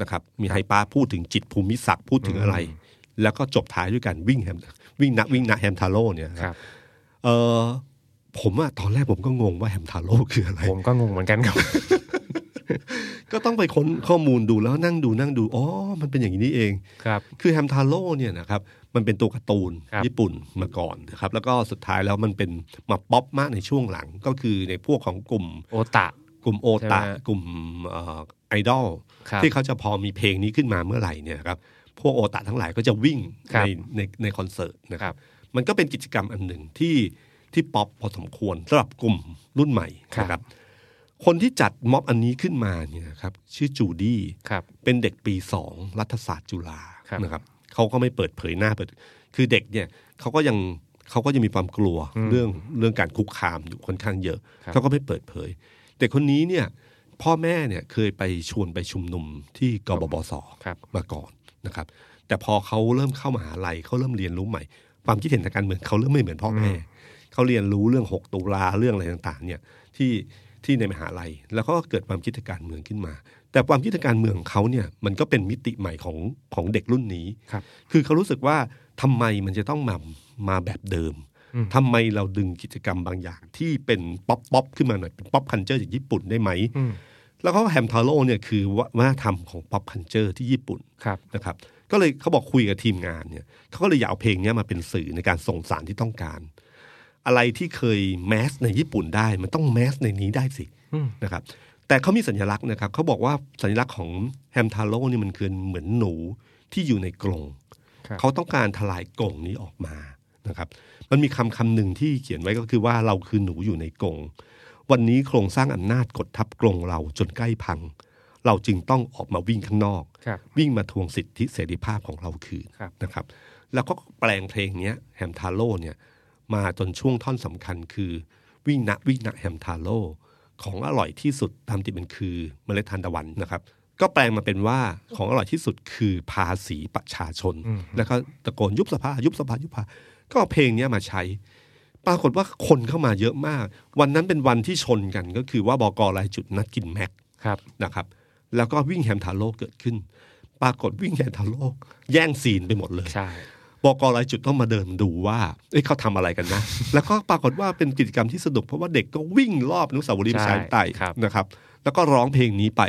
นะครับมีไฮปาร์คพูดถึงจิตภูมิศักดิ์พูดถึงอะไร แล้วก็จบท้ายด้วยการวิ่งแฮมวิ่งนะวิ่งนะแฮมทาโร่เนี่ยนะครับ เออผมอะตอนแรกผมก็งงว่าแฮมทาโร่คืออะไร ผมก็งงเหมือนกันครับ ก็ต้องไปค้นข้อมูลดูแล้วนั่งดูนั่งดูอ๋อมันเป็นอย่างนี้นี่เอง ครับ คือแฮมทาโร่เนี่ยนะครับมันเป็นตัวการ์ตูน ครับ ญี่ปุ่นมาก่อนนะครับแล้วก็สุดท้ายแล้วมันเป็นมาป๊อปมากในช่วงหลังก็คือในพวกของกลุ่ม โอตะ กลุ่มโอตะ ใช่ไหมฮะ กลุ่มเอ่อไอดอล ครับ ที่เขาจะพอมีเพลงนี้ขึ้นมาเมื่อไหร่เนี่ยครับพวกโอตะทั้งหลายก็จะวิ่ง ครั ใน บ ในในคอนเสิร์ตนะครั ครับ บ มันก็เป็นกิจกรรมอันหนึ่งที่ที่ป๊อปพอสมควรสำหรับกลุ่มรุ่นใหม่ ครับ นะครับ คนที่จัดม็อบอันนี้ขึ้นมาเนี่ยครับชื่อจูดี้ ครับ เป็นเด็กปีสองรัฐศาสตร์จุฬา ครับ นะครับเขาก็ไม่เปิดเผยหน้าเปิด คือเด็กเนี่ยเขาก็ยังเขาก็ยังมีความกลัวเรื่องเรื่องการคุกคามอยู่ค่อนข้างเยอะ ครับ เขาก็ไม่เปิดเผย แต่คนนี้เนี่ยพ่อแม่เนี่ยเคยไปชวนไปชุมนุมที่กบปส ครับ มาก่อนนะครับ แต่พอเขาเริ่มเข้ามหาลัยเขาเริ่มเรียนรู้ใหม่ ความคิดเห็นทางการเมืองเขาเริ่มไม่เหมือนพ่อแม่เขาเรียนรู้เรื่อง 6 ตุลาเรื่องอะไรต่างๆ เนี่ยที่ที่ในมหาลัย แล้วก็เกิดความคิดทางการเมืองขึ้นมา แต่ความคิดทางการเมืองของเขาเนี่ยมันก็เป็นมิติใหม่ของของเด็กรุ่นนี้ ครับ คือเขารู้สึกว่าทำไมมันจะต้องมามาแบบเดิมทำไมเราดึงกิจกรรมบางอย่างที่เป็นป๊อปป๊อปขึ้นมาหน่อยเป็นป๊อปคันเจอร์จากญี่ปุ่นได้ไหม อืม แล้วก็แฮมทาโร่เนี่ยคือวัฒนธรรมของป๊อปคันเจอร์ที่ญี่ปุ่น ครับ นะครับก็เลยเขาบอกคุยกับทีมงานเนี่ยเขาก็เลยอยากเอาเพลงเนี้ยมาเป็นสื่อในการส่งสารที่ต้องการ อะไรที่เคยแมสในญี่ปุ่นได้ มันต้องแมสในนี้ได้สิ อืม นะครับแต่เขามีสัญลักษณ์นะครับเขาบอกว่าสัญลักษณ์ของแฮมทาโร่นี่มันคือเหมือนหนูที่อยู่ในกรง ครับ เขาต้องการทลายกรงนี้ออกมานะครับ มันมีคำคำหนึ่งที่เขียนไว้ก็คือว่าเราคือหนูอยู่ในกรงวันนี้โครงสร้างอำนาจกดทับกรงเราจนใกล้พัง เราจึงต้องออกมาวิ่งข้างนอก ครับ วิ่งมาทวงสิทธิเสรีภาพของเราคืน ครับ นะครับ แล้วก็แปลงเพลงเนี้ยแฮมทาโร่เนี่ยมาจนช่วงท่อนสำคัญคือ วิ่งนะวิ่งนะแฮมทาโร่ของอร่อยที่สุดตามติดมันคือเมล็ดทานตะวันนะครับ ก็แปลงมาเป็นว่าของอร่อยที่สุดคือภาษีประชาชน แล้วก็ตะโกนยุบสภายุบสภายุบสภาก็เอาเพลงเนี้ยมาใช้ ปรากฏว่าคนเข้ามาเยอะมาก วันนั้นเป็นวันที่ชนกันก็คือว่าบกรายจุดนัดกินแม็ก ครับ นะครับแล้วก็วิ่งแฮมทาโร่เกิดขึ้น ปรากฏวิ่งแฮมทาโร่แย่งซีนไปหมดเลย ใช่ บอกรายจุดต้องมาเดินดูว่าเอ้ยเขาทำอะไรกันนะ แล้วก็ปรากฏว่าเป็นกิจกรรมที่สนุกเพราะว่าเด็กก็วิ่งรอบอนุสาวรีย์ประชาธิปไตยนะครับ แล้วก็ร้องเพลงนี้ไป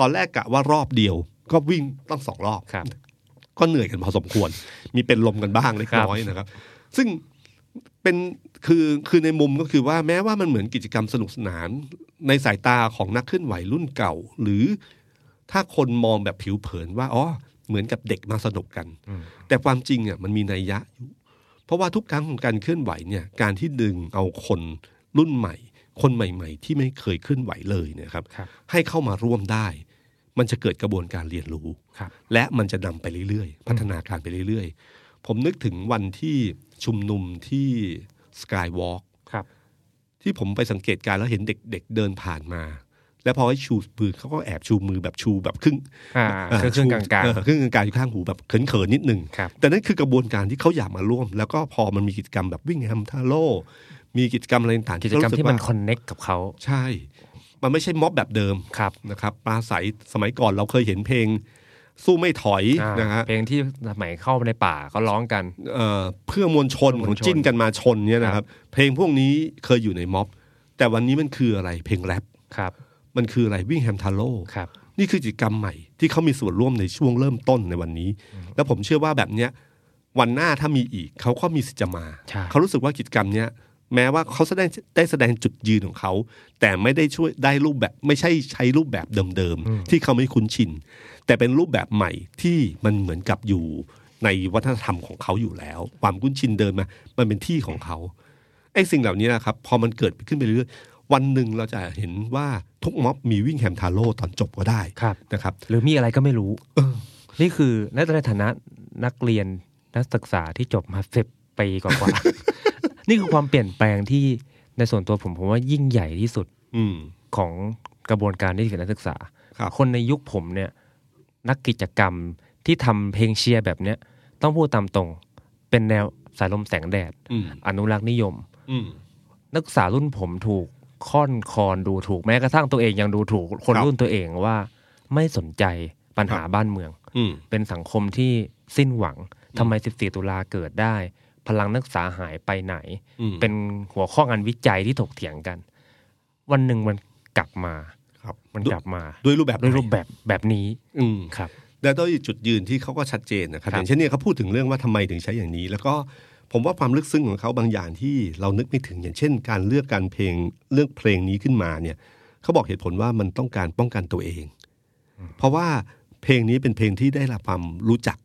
ตอนแรกกะว่ารอบเดียว ก็วิ่งตั้งสองรอบ ครับ ก็เหนื่อยกันพอสมควร มีเป็นลมกันบ้างเล็กน้อยนะครับ ซึ่งเป็นคือคือในมุมก็คือว่าแม้ว่ามันเหมือนกิจกรรมสนุกสนาน ในสายตาของนักเคลื่อนไหวรุ่นเก่า หรือถ้าคนมองแบบผิวเผินว่าอ๋อเหมือนกับเด็กมาสนุกกัน แต่ความจริงอ่ะมันมีนัยยะอยู่ เพราะว่าทุกครั้งของการเคลื่อนไหวเนี่ยการที่ดึงเอาคนรุ่นใหม่ คนใหม่ ๆ ที่ไม่เคยเคลื่อนไหวเลยเนยครับ ครับ ให้เข้ามาร่วมได้ มันจะเกิดกระบวนการเรียนรู้ ครับ และมันจะนำไปเรื่อยๆ พัฒนาการไปเรื่อยๆ ผมนึกถึงวันที่ชุมนุมที่สกายวอล์ก ครับ ที่ผมไปสังเกตการณ์แล้วเห็นเด็กๆเดินผ่านมา แล้วพอให้ชูมือเขาก็แอบชูมือแบบชูแบบครึ่ง อ่าเครื่องกลาง เออครึ่งกลางๆอยู่ข้างหูแบบเขินๆนิดหนึง ครับ แต่นั่นคือกระบวนการที่เขาอยากมาร่วม แล้วก็พอมันมีกิจกรรมแบบวิ่งแฮมทาโร่มีกิจกรรมอะไรต่างๆ ๆกิจกรรม เขาสึ ที่มัน ว่า คอนเน็กกับเขา ใช่ มันไม่ใช่ม็อบแบบเดิม ครับ นะครับปลาใสสมัยก่อนเราเคยเห็นเพลง สู้ไม่ถอย อ่า นะฮะ เพลงที่สมัยเข้าไปในป่าก็ร้องกัน เอ่อเพื่อมวลชน เพื่อมวลขชนองจิ้นกันมาชนเนี่ยนะครับ เพลงพวกนี้เคยอยู่ในม็อบ แต่วันนี้มันคืออะไรเพลงแรป ครับ มันคืออะไรวิ่งแฮมทาโร่ ครับ นี่คือกิจกรรมใหม่ที่เขามีส่วนร่วมในช่วงเริ่มต้นในวันนี้ แล้วผมเชื่อว่าแบบเนี้ยวันหน้าถ้ามีอีกเขาก็มีสิทธิ์จะมา ใช่ เขารู้สึกว่ากิจกรรมเนี้ยแม้ว่าเขาแสดงได้แสดงจุดยืนของเขา แต่ไม่ได้ช่วยได้รูปแบบไม่ใช่ใช้รูปแบบเดิมๆที่เขาไม่คุ้นชิน แต่เป็นรูปแบบใหม่ที่มันเหมือนกับอยู่ในวัฒนธรรมของเขาอยู่แล้ว ความคุ้นชินเดิมมามันเป็นที่ของเขา ไอ้สิ่งเหล่านี้นะครับ พอมันเกิดขึ้นไปเรื่อยๆวันหนึ่งเราจะเห็นว่าทุกม็อบมีวิ่งแฮมทาโร่ตอนจบก็ได้ ครับ นะครับ หรือมีอะไรก็ไม่รู้ นี่คือในฐานะนักเรียนนักศึกษาที่จบมาสิบปีกว่า ๆ นี่คือความเปลี่ยนแปลงที่ในส่วนตัวผมผมว่ายิ่งใหญ่ที่สุด อืม ของกระบวนการนิสิตนักศึกษา ครับ คนในยุคผมเนี่ย นักกิจกรรมที่ทำเพลงเชียร์แบบเนี้ยต้องพูดตามตรง เป็นแนวสายลมแสงแดด อืม อนุรักษ์นิยม อืม นักศึกษารุ่นผมถูกค่อนคอนดูถูกแม้กระทั่งตัวเองยังดูถูก คน ครับ รุ่นตัวเองว่าไม่สนใจปัญหาบ้านเมือง อืม เป็นสังคมที่สิ้นหวังทำไม 14 ตุลาเกิดได้ พลังนักศึกษาหายไปไหน อืม เป็นหัวข้องานวิจัยที่ถกเถียงกัน วันหนึ่งมันกลับมา ครับ มันกลับมา ด้วยรูปแบบ ด้วยรูป ไหน แบบแบบนี้ อืม ครับ และด้วยจุดยืนที่เขาก็ชัดเจนนะครับ คอบรัย่างเช่นเนี่ยเขาพูดถึงเรื่องว่าทำไมถึงใช้อย่างนี้ แล้วก็ผมว่าความลึกซึ้งของเขาบางอย่างที่เรานึกไม่ถึงอย่างเช่น การเลือกการเพลงเลือกเพลงนี้ขึ้นมาเนี่ยเขาบอกเหตุผลว่ามันต้องการป้องกันตัวเอง เพราะว่าเพลงนี้เป็นเพลงที่ได้รับความรู้จัก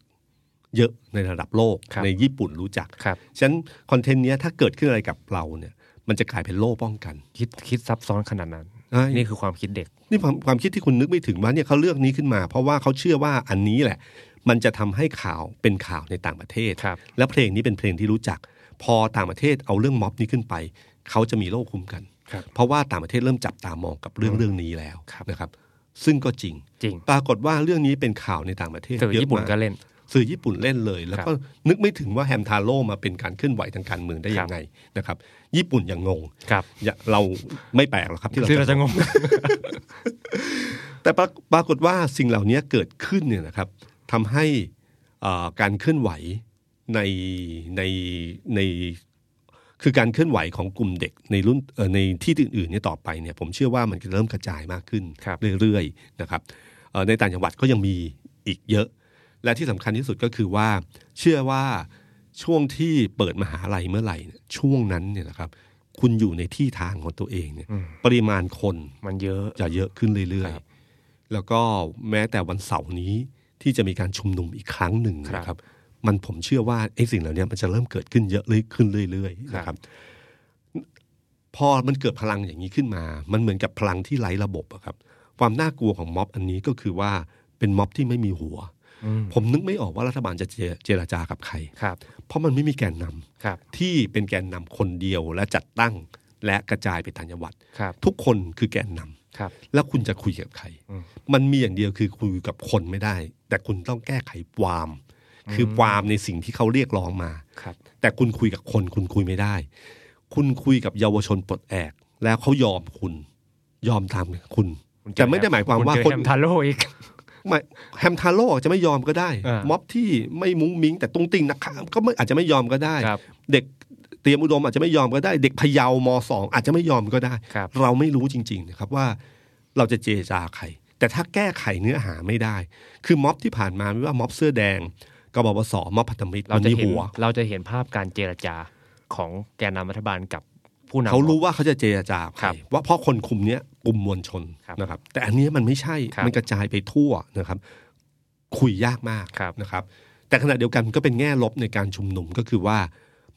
เยอะในระดับโลก ครับ ในญี่ปุ่นรู้จัก ครับ ฉะนั้นคอนเทนต์เนี้ยถ้าเกิดขึ้นอะไรกับเราเนี่ยมันจะกลายเป็นโล่ป้องกัน คิดคิดซับซ้อนขนาดนั้น ใช่ นี่คือความคิดเด็ก นี่ความความคิดที่คุณนึกไม่ถึงว่าเนี่ยเขาเลือกนี้ขึ้นมา เพราะว่าเขาเชื่อว่าอันนี้แหละ มันจะทำให้ข่าวเป็นข่าวในต่างประเทศ ครับ และเพลงนี้เป็นเพลงที่รู้จัก พอต่างประเทศเอาเรื่องม็อบนี้ขึ้นไป เขาจะมีโลกคุ้มกัน ครับ เพราะว่าต่างประเทศเริ่มจับตามองกับเรื่องเรื่องนี้แล้ว ครับ นะครับ ซึ่งก็จริง จริง ปรากฏว่าเรื่องนี้เป็นข่าวในต่างประเทศ สื่อ เยอะ ญี่ปุ่น มา ก็เล่น สื่อญี่ปุ่นเล่นเลย แล้วก็นึกไม่ถึงว่าแฮมทาโร่มาเป็นการเคลื่อนไหวทางการเมืองได้ ครั ยั บ งไงนะครับ ญี่ปุ่นยังงง ครับ อย่าเราไม่แปลกหรอกครับที่เรา ที่เรา จะ จะงง แต่ปราปรากฏว่าสิ่งเหล่านี้เกิดขึ้นเนี่ยนะครับทำให้เอ่อการเคลื่อนไหวในในในคือการเคลื่อนไหวของกลุ่มเด็กในรุ่นเอ่อในที่อื่นๆเนี่ยต่อไปเนี่ยผมเชื่อว่ามันจะเริ่มกระจายมากขึ้น ครับ เรื่อยๆนะครับเอ่อในต่างจังหวัดก็ยังมีอีกเยอะ และที่สำคัญที่สุดก็คือว่า เชื่อว่าช่วงที่เปิดมหาลัยเมื่อไหร่เนี่ยช่วงนั้นเนี่ยนะครับ คุณอยู่ในที่ทางของตัวเองเนี่ยปริมาณคน มันเยอะ จะเยอะขึ้นเรื่อย ครับ ๆ แล้วก็แม้แต่วันเสาร์นี้ที่จะมีการชุมนุมอีกครั้งหนึ่ง ครับ นะครับ มันผมเชื่อว่าไอ้สิ่งเหล่านี้มันจะเริ่มเกิดขึ้นเยอะเลยขึ้นเรื่อยๆนะครับ พอมันเกิดพลังอย่างนี้ขึ้นมา มันเหมือนกับพลังที่ไร้ระบบอะครับ ความน่ากลัวของม็อบอันนี้ก็คือว่าเป็นม็อบที่ไม่มีหัว อืม ผมนึกไม่ออกว่ารัฐบาลจะเจเจรจากับใคร ครับ เพราะมันไม่มีแกนนำ ครับ ที่เป็นแกนนำคนเดียวและจัดตั้งและกระจายไปต่างจังหวัด ครับ ทุกคนคือแกนนำ ครับ แล้วคุณจะคุยกับใคร อืม มันมีอย่างเดียวคือคุยกับคนไม่ได้ แต่คุณต้องแก้ไขความ คือความในสิ่งที่เขาเรียกร้องมา ครับ แต่คุณคุยกับคนคุณคุยไม่ได้ คุณคุยกับเยาวชนปลดแอก แล้วเขายอมคุณ ยอมตามคุณ แต่ไม่ได้หมายความว่า ณเจอ คน แฮทาโร่อีก ไม่แฮมทาโร่อาจจะไม่ยอมก็ได้ อ่า ม็อบที่ไม่มุ้งมิ้งแต่ตุ้งติ้งนะคะก็ไม่อาจจะไม่ยอมก็ได้ ครับ เด็กเตรียมอุดมอาจจะไม่ยอมก็ได้ เด็กพะเยามสองอาจจะไม่ยอมก็ได้ ครับ เราไม่รู้จริงๆนะครับว่าเราจะเจรจาใคร แต่ถ้าแก้ไขเนื้อหาไม่ได้ คือม็อบที่ผ่านมาไม่ว่าม็อบเสื้อแดงกบพศม็อบพันธมิตร เราจะ มี เห็น หัว เราจะเห็นภาพการเจรจาของแกนนำรัฐบาลกับผู้นำ เขารู้ว่าเขาจะเจรจาใค ครั ร บ ว่าเพราะคนกลุ่มเนี้ยกลุ่มมวลชน ครับ นะครับ แต่อันเนี้ยมันไม่ใช่ ครับ มันกระจายไปทั่วนะครับ คุยยากมาก ครับ นะครับ แต่ขณะเดียวกันก็เป็นแง่ลบในการชุมนุมก็คือว่า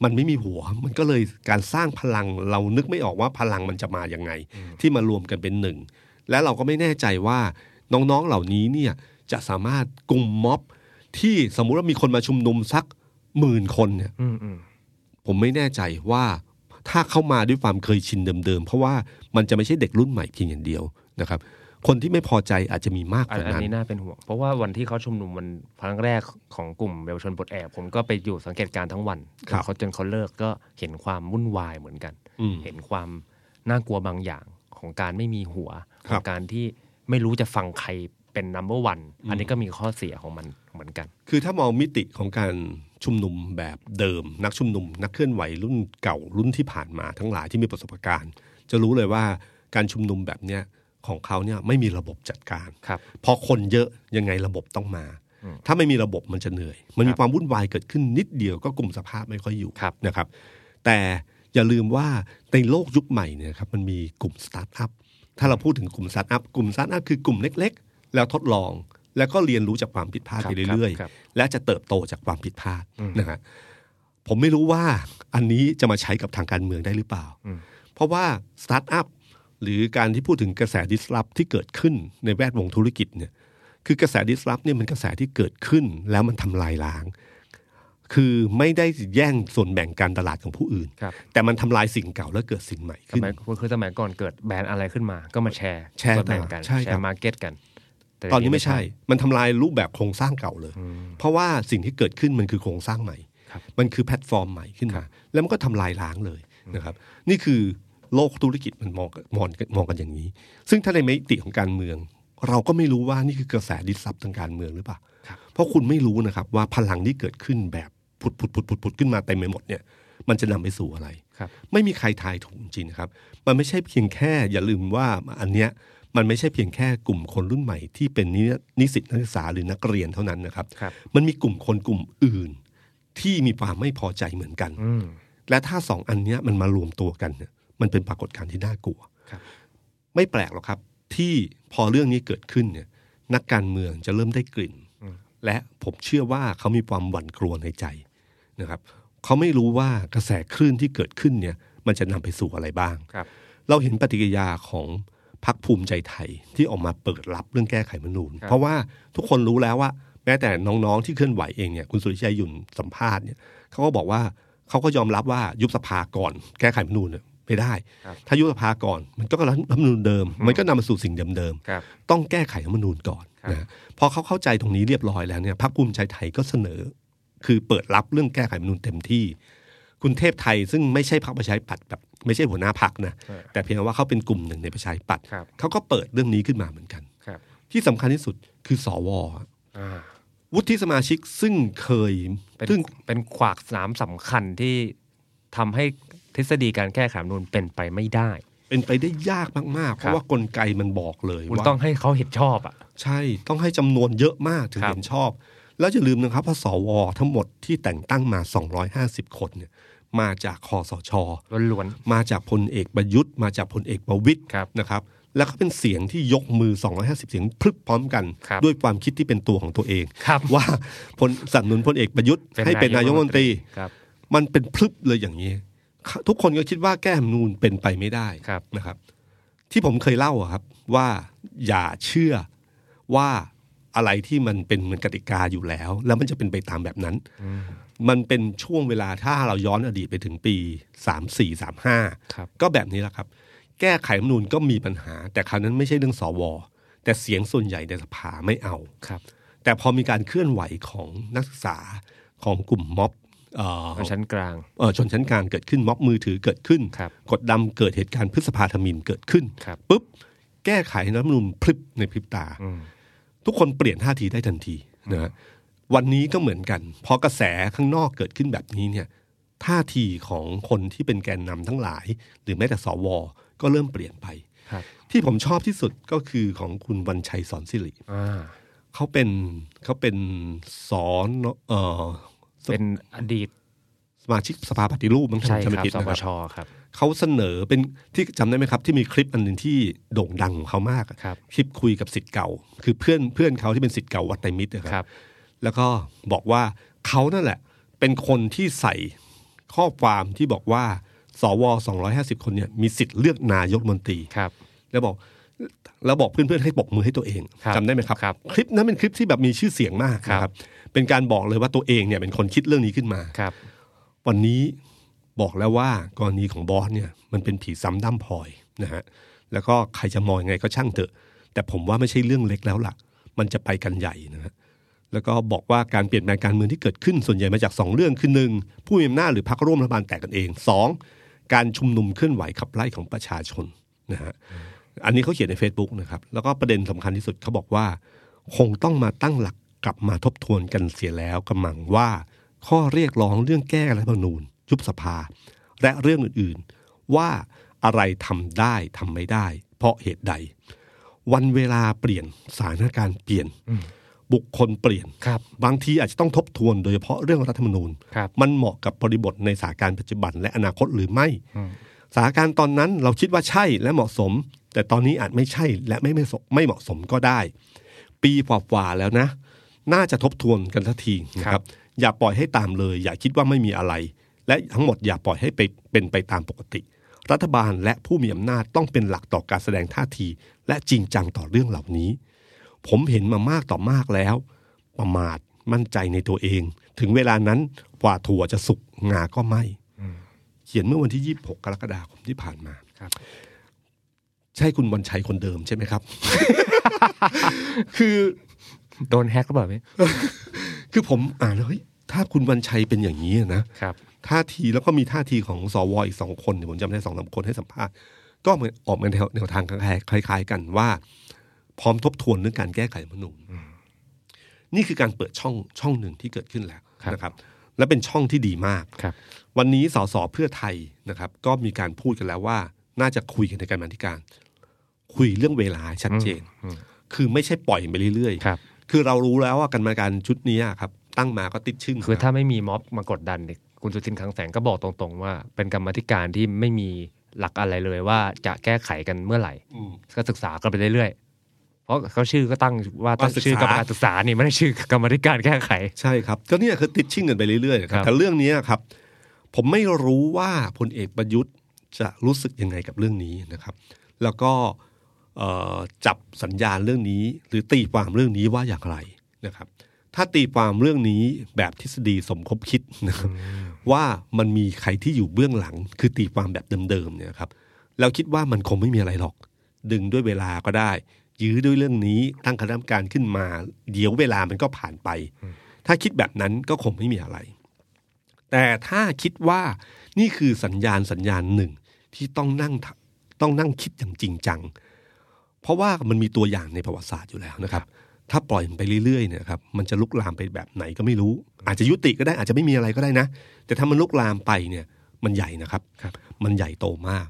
มันไม่มีหัว มันก็เลยการสร้างพลังเรานึกไม่ออกว่าพลังมันจะมาอย่างไง ที่มารวมกันเป็นหนึ่ง และเราก็ไม่แน่ใจว่าน้องๆเหล่านี้เนี่ยจะสามารถกลุ่มม็อบ ที่สมมุติว่ามีคนมาชุมนุมสักหมื่นคนเนี่ย อืมอืม ผมไม่แน่ใจว่าถ้าเข้ามาด้วยความเคยชินเดิมๆ เพราะว่ามันจะไม่ใช่เด็กรุ่นใหม่เพียงอย่างเดียวนะครับ คนที่ไม่พอใจอาจจะมีมากก อัน ว่า อัน นั้น นี้น่าเป็นห่วง เพราะว่าวันที่เขาชุมนุมวันครั้งแรกของกลุ่มเยาวชนปลดแอกผมก็ไปอยู่สังเกตการณ์ทั้งวันจ ครั น บ เขาจนเขาเลิกก็เห็นความวุ่นวายเหมือนกัน อืม เห็นความน่ากลัวบางอย่างของการไม่มีหัว ค ข รั อบ งการที่ไม่รู้จะฟังใคร เป็น number one อันนี้ก็มีข้อเสียของมันเหมือนกัน คือถ้ามองมิติของการชุมนุมแบบเดิม นักชุมนุม นักเคลื่อนไหวรุ่นเก่ารุ่นที่ผ่านมาทั้งหลายที่มีประสบการณ์ จะรู้เลยว่าการชุมนุมแบบเนี้ยของเขาเนี่ยไม่มีระบบจัดการ ครับ พอคนเยอะยังไงระบบต้องมา อืม ถ้าไม่มีระบบมันจะเหนื่อย มันมี ครับ ความวุ่นวายเกิดขึ้นนิดเดียวก็กลุ่มสภาพไม่ค่อยอยู่ ครับ นะครับ แต่อย่าลืมว่าในโลกยุคใหม่เนี่ยครับมันมีกลุ่มสตาร์ทอัพถ้าเราพูดถึงกลุ่มสตาร์ทอัพกลุ่มสตาร์ทอัพคือกลุ่มเล็ก ๆ แล้วทดลอง แล้วก็เรียนรู้จากความผิดพลาดไปเรื่อย ครับ ๆ และจะเติบโตจากความผิดพลาดนะฮะผมไม่รู้ว่าอันนี้จะมาใช้กับทางการเมืองได้หรือเปล่า อืม เพราะว่าสตาร์ทอัพหรือการที่พูดถึงกระแสดิสลอฟที่เกิดขึ้นในแวดวงธุรกิจเนี่ย คือกระแสดิสลอฟเนี่ยมันกระแสที่เกิดขึ้นแล้วมันทำลายล้าง คือไม่ได้แย่งส่วนแบ่งการตลาดของผู้อื่น ครับ แต่มันทำลายสิ่งเก่าแล้วเกิดสิ่งใหม่ ส ขึ้น มัยคือสมัยก่อนเกิดแบรนด์อะไรขึ้นมา ก็มาแชร์ แชร์ มาแบ่งกัน ใช่ครับ แชร์มาร์เก็ตกันแ ตอนนี้ไม่ใช่ มันทำลายรูปแบบโครงสร้างเก่าเลย เพราะว่าสิ่งที่เกิดขึ้นมันคือโครงสร้างใหม่ ครับ มันคือแพลตฟอร์มใหม่ขึ้นมา แล้วมันก็ทำลายล้างเลยนะครับ นี่คือโลกธุรกิจมันมองมองมองกันอย่างนี้ ซึ่งถ้าในมิติของการเมือง เราก็ไม่รู้ว่านี่คือกระแสดิสซับทางการเมืองหรือเปล่า ครับ เพราะคุณไม่รู้นะครับว่าพลังที่เกิดขึ้นแบบผุดผุดผุดผุดผุดขึ้นมาเต็มไปหมดเนี่ย มันจะนำไปสู่อะไร ครับ ไม่มีใครทายถูกจริงๆนะครับ มันไม่ใช่เพียงแค่อย่าลืมว่าอันเนี้ยมันไม่ใช่เพียงแค่กลุ่มคนรุ่นใหม่ที่เป็นนินิสิตนักศึกษาหรือนักเรียนเท่านั้นนะครับ ครับ มันมีกลุ่มคนกลุ่มอื่น ที่มีความไม่พอใจเหมือนกัน อืม และถ้าสองอันเนี้ยมันมารวมตัวกันเนี่ยมันเป็นปรากฏการณ์ที่น่ากลัว ครับ ไม่แปลกหรอกครับ ที่พอเรื่องนี้เกิดขึ้นเนี่ยนักการเมืองจะเริ่มได้กลิ่น และผมเชื่อว่าเขามีความหวั่นกลัวในใจนะครับ เขาไม่รู้ว่ากระแสคลื่นที่เกิดขึ้นเนี่ยมันจะนำไปสู่อะไรบ้าง ครับ เราเห็นปฏิกิริยาของพรรคภูมิใจไทยที่ออกมาเปิดรับเรื่องแก้ไขรัฐธรรมนูญ ครับ เพราะว่าทุกคนรู้แล้วว่า แม้แต่น้องๆที่เคลื่อนไหวเองเนี่ยคุณสุริชัยหยุ่นสัมภาษณ์เนี่ยเขาก็บอกว่าเขาก็ยอมรับว่ายุบสภาก่อนแก้ไขรัฐธรรมนูญเนี่ยไม่ได้ ถ้ายุบสภาก่อนมันก็รัฐธรรมนูญเดิม มันก็นำมาสู่สิ่งเดิม ครับ ๆต้องแก้ไขรัฐธรรมนูญก่อน ครับ นะพอเขาเข้าใจตรงนี้เรียบร้อยแล้วเนี่ยพรรคภูมิใจไทยก็เสนอ คือเปิดรับเรื่องแก้ไขรัฐธรรมนูญเต็มที่ คุณเทพไทยซึ่งไม่ใช่พรรคประชาธิปัตย์แบบไม่ใช่หัวหน้าพรรคนะ เออ แต่เพียงแต่ว่าเขาเป็นกลุ่มหนึ่งในประชาธิปัตย์ ครับ เขาก็เปิดเรื่องนี้ขึ้นมาเหมือนกัน ครับ ที่สำคัญที่สุดคือสว อ่า วุฒิสมาชิกซึ่งเคย เป็น ซึ่ง เป็นขวากสนามสำคัญที่ทำให้ทฤษฎีการแก้ไขรัฐธรรมนูนเป็นไปไม่ได้ เป็นไปได้ยากมาก ๆ เพ ครั ราะ บ ว่ากลไกมันบอกเลย คุณ ว่า ต้องให้เขาเห็นชอบอ่ะ ใช่ต้องให้จำนวนเยอะมากถึง ครับ เห็นชอบ แล้วอย่าลืมนะครับว่าสวทั้งหมดที่แต่งตั้งมา 250 คนเนี่ยมาจากคอสช ล้วน มาจากพลเอกประยุทธ์มาจากพลเอกประวิตย ครับ นะครับ แล้วก็เป็นเสียงที่ยกมือ 250 เสียงพรึบพร้อมกัน ด้วยความคิดที่เป็นตัวของตัวเอง ๆ ครับ ว่าพลสนับสนุนพลเอกประยุทธ์ให้เป็นนายกรัฐมนตรี ครับ มันเป็นพลึบเลยอย่างนี้ ทุกคนก็คิดว่าแก้ธรรมนูญเป็นไปไม่ได้ ครับ นะครับ ที่ผมเคยเล่าอะครับว่าอย่าเชื่อว่าอะไรที่มันเป็นเหมือนกติกาอยู่แล้ว แล้วมันจะเป็นไปตามแบบนั้น มันเป็นช่วงเวลาถ้าเราย้อนอดีตไปถึงปีสามสี่สามห้า ครับ ก็แบบนี้แหละครับ แก้ไขรัฐธรรมนูญก็มีปัญหา แต่คราวนั้นไม่ใช่เรื่องสว แต่เสียงส่วนใหญ่ในสภาไม่เอา ครับ แต่พอมีการเคลื่อนไหวของนักศึกษาของกลุ่มม็อบเอ่อ ชั้นกลาง เอ่อชนชั้นกลางเกิดขึ้นม็อบมือถือเกิดขึ้น ครับ กดดันเกิดเหตุการณ์พฤษภาธมินเกิดขึ้น ครับ ปุ๊บแก้ไขรัฐธรรมนูญพริบในพริบตา อืม ทุกคนเปลี่ยนท่าทีได้ทันทีนะฮะวันนี้ก็เหมือนกันพอกระแสข้างนอกเกิดขึ้นแบบนี้เนี่ยท่าทีของคนที่เป็นแกนนำทั้งหลาย หรือแม้แต่สวก็เริ่มเปลี่ยนไป ครับ ที่ผมชอบที่สุดก็คือของคุณวันชัยสอนสิริ อ่า เขาเป็นเขาเป็นสอนเอ่อ เป็นอดีต สมาชิกสภาปฏิรูปมั้งถ้า ใช่ ผม ค จำไม่ รับ ผิด ส นะคปรับ ชครับ เขาเสนอเป็นที่จำได้ไหมครับ ที่มีคลิปอันหนึ่งที่โด่งดังของเขามากอะ ครับ คลิปคุยกับสิทธิ์เก่า คือเพื่อนเพื่อนเขาที่เป็นสิทธิ์เก่าวัดไตรมิตรนะคครั รับ บ แล้วก็บอกว่าเขานั่นแหละ เป็นคนที่ใส่ข้อความที่บอกว่าสว250 คนเนี่ยมีสิทธิ์เลือกนายกรัฐมนตรี ครับ แล้วบอกแล้วบอกเพื่อนๆให้ปรบมือให้ตัวเอง ครับ จำได้ไหมครับ ครับ คลิปนั้นเป็นคลิปที่แบบมีชื่อเสียงมาก ครับ นะครับ เป็นการบอกเลยว่าตัวเองเนี่ยเป็นคนคิดเรื่องนี้ขึ้นมา ครับ วันนี้บอกแล้วว่ากรณีของบอสเนี่ยมันเป็นผีซ้ำด้ำพลอยนะฮะแล้วก็ใครจะมองยังไงก็ช่างเถอะ แต่ผมว่าไม่ใช่เรื่องเล็กแล้วล่ะ มันจะไปกันใหญ่นะฮะแล้วก็บอกว่าการเปลี่ยนแปลงการเมืองที่เกิดขึ้นส่วนใหญ่มาจากสองเรื่องคือหนึ่งผู้มีอำนาจหรือพรรคร่วมรัฐบาลแตกกันเองสองการชุมนุมเคลื่อนไหวขับไล่ของประชาชนนะฮะอันนี้เขาเขียนใน Facebook นะครับแล้วก็ประเด็นสำคัญที่สุดเขาบอกว่า คงต้องมาตั้งหลักกลับมาทบทวนกันเสียแล้วกำมังว่า ข้อเรียกร้องเรื่องแก้รัฐธรรมนูญ ยุบสภา และเรื่องอื่นๆ ว่าอะไรทำได้ทำไม่ได้ เพราะเหตุใด วันเวลาเปลี่ยนสถานการณ์เปลี่ยน บุคคลเปลี่ยน ครับ บางทีอาจจะต้องทบทวนโดยเฉพาะเรื่องรัฐธรรมนูญ ครับ มันเหมาะกับบริบทในสถานการณ์ปัจจุบันและอนาคตหรือไม่ อืม สถานการณ์ตอนนั้นเราคิดว่าใช่และเหมาะสม แต่ตอนนี้อาจไม่ใช่และไม่ไม่สไม่เหมาะสมก็ได้ ปีกว่าๆแล้วนะ น่าจะทบทวนกันสักทีนะค ครั รับ บ อย่าปล่อยให้ตามเลย อย่าคิดว่าไม่มีอะไร และทั้งหมดอย่าปล่อยให้ไปเป็นไปตามปกติ รัฐบาลและผู้มีอำนาจต้องเป็นหลักต่อการแสดงท่าที และจริงจังต่อเรื่องเหล่านี้ ผมเห็นมามากต่อมากแล้ว ประมาทมั่นใจในตัวเอง ถึงเวลานั้นกว่าถั่วจะสุกงาก็ไหมเขียนเมื่อวันที่ 26 กรกฎาคมที่ผ่านมา ครับ ใช่คุณวันชัยคนเดิมใช่ไหมครับ คือ โดนแฮกหรือเปล่าพี่ คือผมอ่านแล้วเฮ้ยถ้าคุณวันชัยเป็นอย่างนี้นะ ครับ ท่าทีแล้วก็มีท่าทีของสวอีกสองคนเนี่ยผมจำได้สองสามคนให้สัมภาษณ์ก็เหมือนออกมาแนวแนวทางคล้ายคล้ายๆกันว่า พร้อมทบทวนเรื่องการแก้ไขรัฐธรรมนูญนี่คือการเปิดช่องช่องหนึ่งที่เกิดขึ้นแล้ว ครับ นะครับ และเป็นช่องที่ดีมาก ครับ วันนี้สสเพื่อไทยนะครับ ก็มีการพูดกันแล้วว่า น่าจะคุยกันในการบรรณาธิการ คุยเรื่องเวลาชัดเจน อืม คือไม่ใช่ปล่อยไปเรื่อย ครับ ๆ คือเรารู้แล้วว่าการบรรณาธิการชุดนี้ครับ ตั้งมาก็ติดชื่น คือถ้าไม่มีม็อบมากดดันเนี่ยคุณสุทินคลังแสงก็บอกตรงๆ ว่า เป็นกรรมาธิการที่ไม่มีหลักอะไรเลยว่าจะแก้ไขกันเมื่อไหร่ อืม ก็ศึกษากันไปเรื่อยๆ เพราะเขาชื่อก็ตั้งว่าตั้ง ว่าศึกษา ชื่อกรรมการศึกษานี่ไม่ได้ชื่อกรรมาธิการแก้ไข ใช่ครับก็เนี่ยคือติดชิ่งกันไปเรื่อยๆนะครับ ครับ แต่เรื่องเนี้ยครับ ผมไม่รู้ว่าพลเอกประยุทธ์จะรู้สึกยังไงกับเรื่องนี้นะครับ แล้วก็เอ่อจับสัญญาณเรื่องนี้ หรือตีความเรื่องนี้ว่าอย่างไรนะครับ ถ้าตีความเรื่องนี้แบบทฤษฎีสมคบคิดนะครับว่ามันมีใครที่อยู่เบื้องหลัง คือตีความแบบเดิมๆเนี่ยครับ เราคิดว่ามันคงไม่มีอะไรหรอก ดึงด้วยเวลาก็ได้ ยื้อด้วยเรื่องนี้ตั้งคณะกรรมการขึ้นมา เดี๋ยวเวลามันก็ผ่านไป ถ้าคิดแบบนั้นก็คงไม่มีอะไร แต่ถ้าคิดว่านี่คือสัญญาณสัญญาณหนึ่ง ที่ต้องนั่งทำต้องนั่งคิดอย่างจริงจัง เพราะว่ามันมีตัวอย่างในประวัติศาสตร์อยู่แล้วนะครับ ถ้าปล่อยมันไปเรื่อยๆเนี่ยครับมันจะลุกลามไปแบบไหนก็ไม่รู้ อาจจะยุติก็ได้อาจจะไม่มีอะไรก็ได้นะ แต่ถ้ามันลุกลามไปเนี่ยมันใหญ่นะครับ ครับ มันใหญ่โตมาก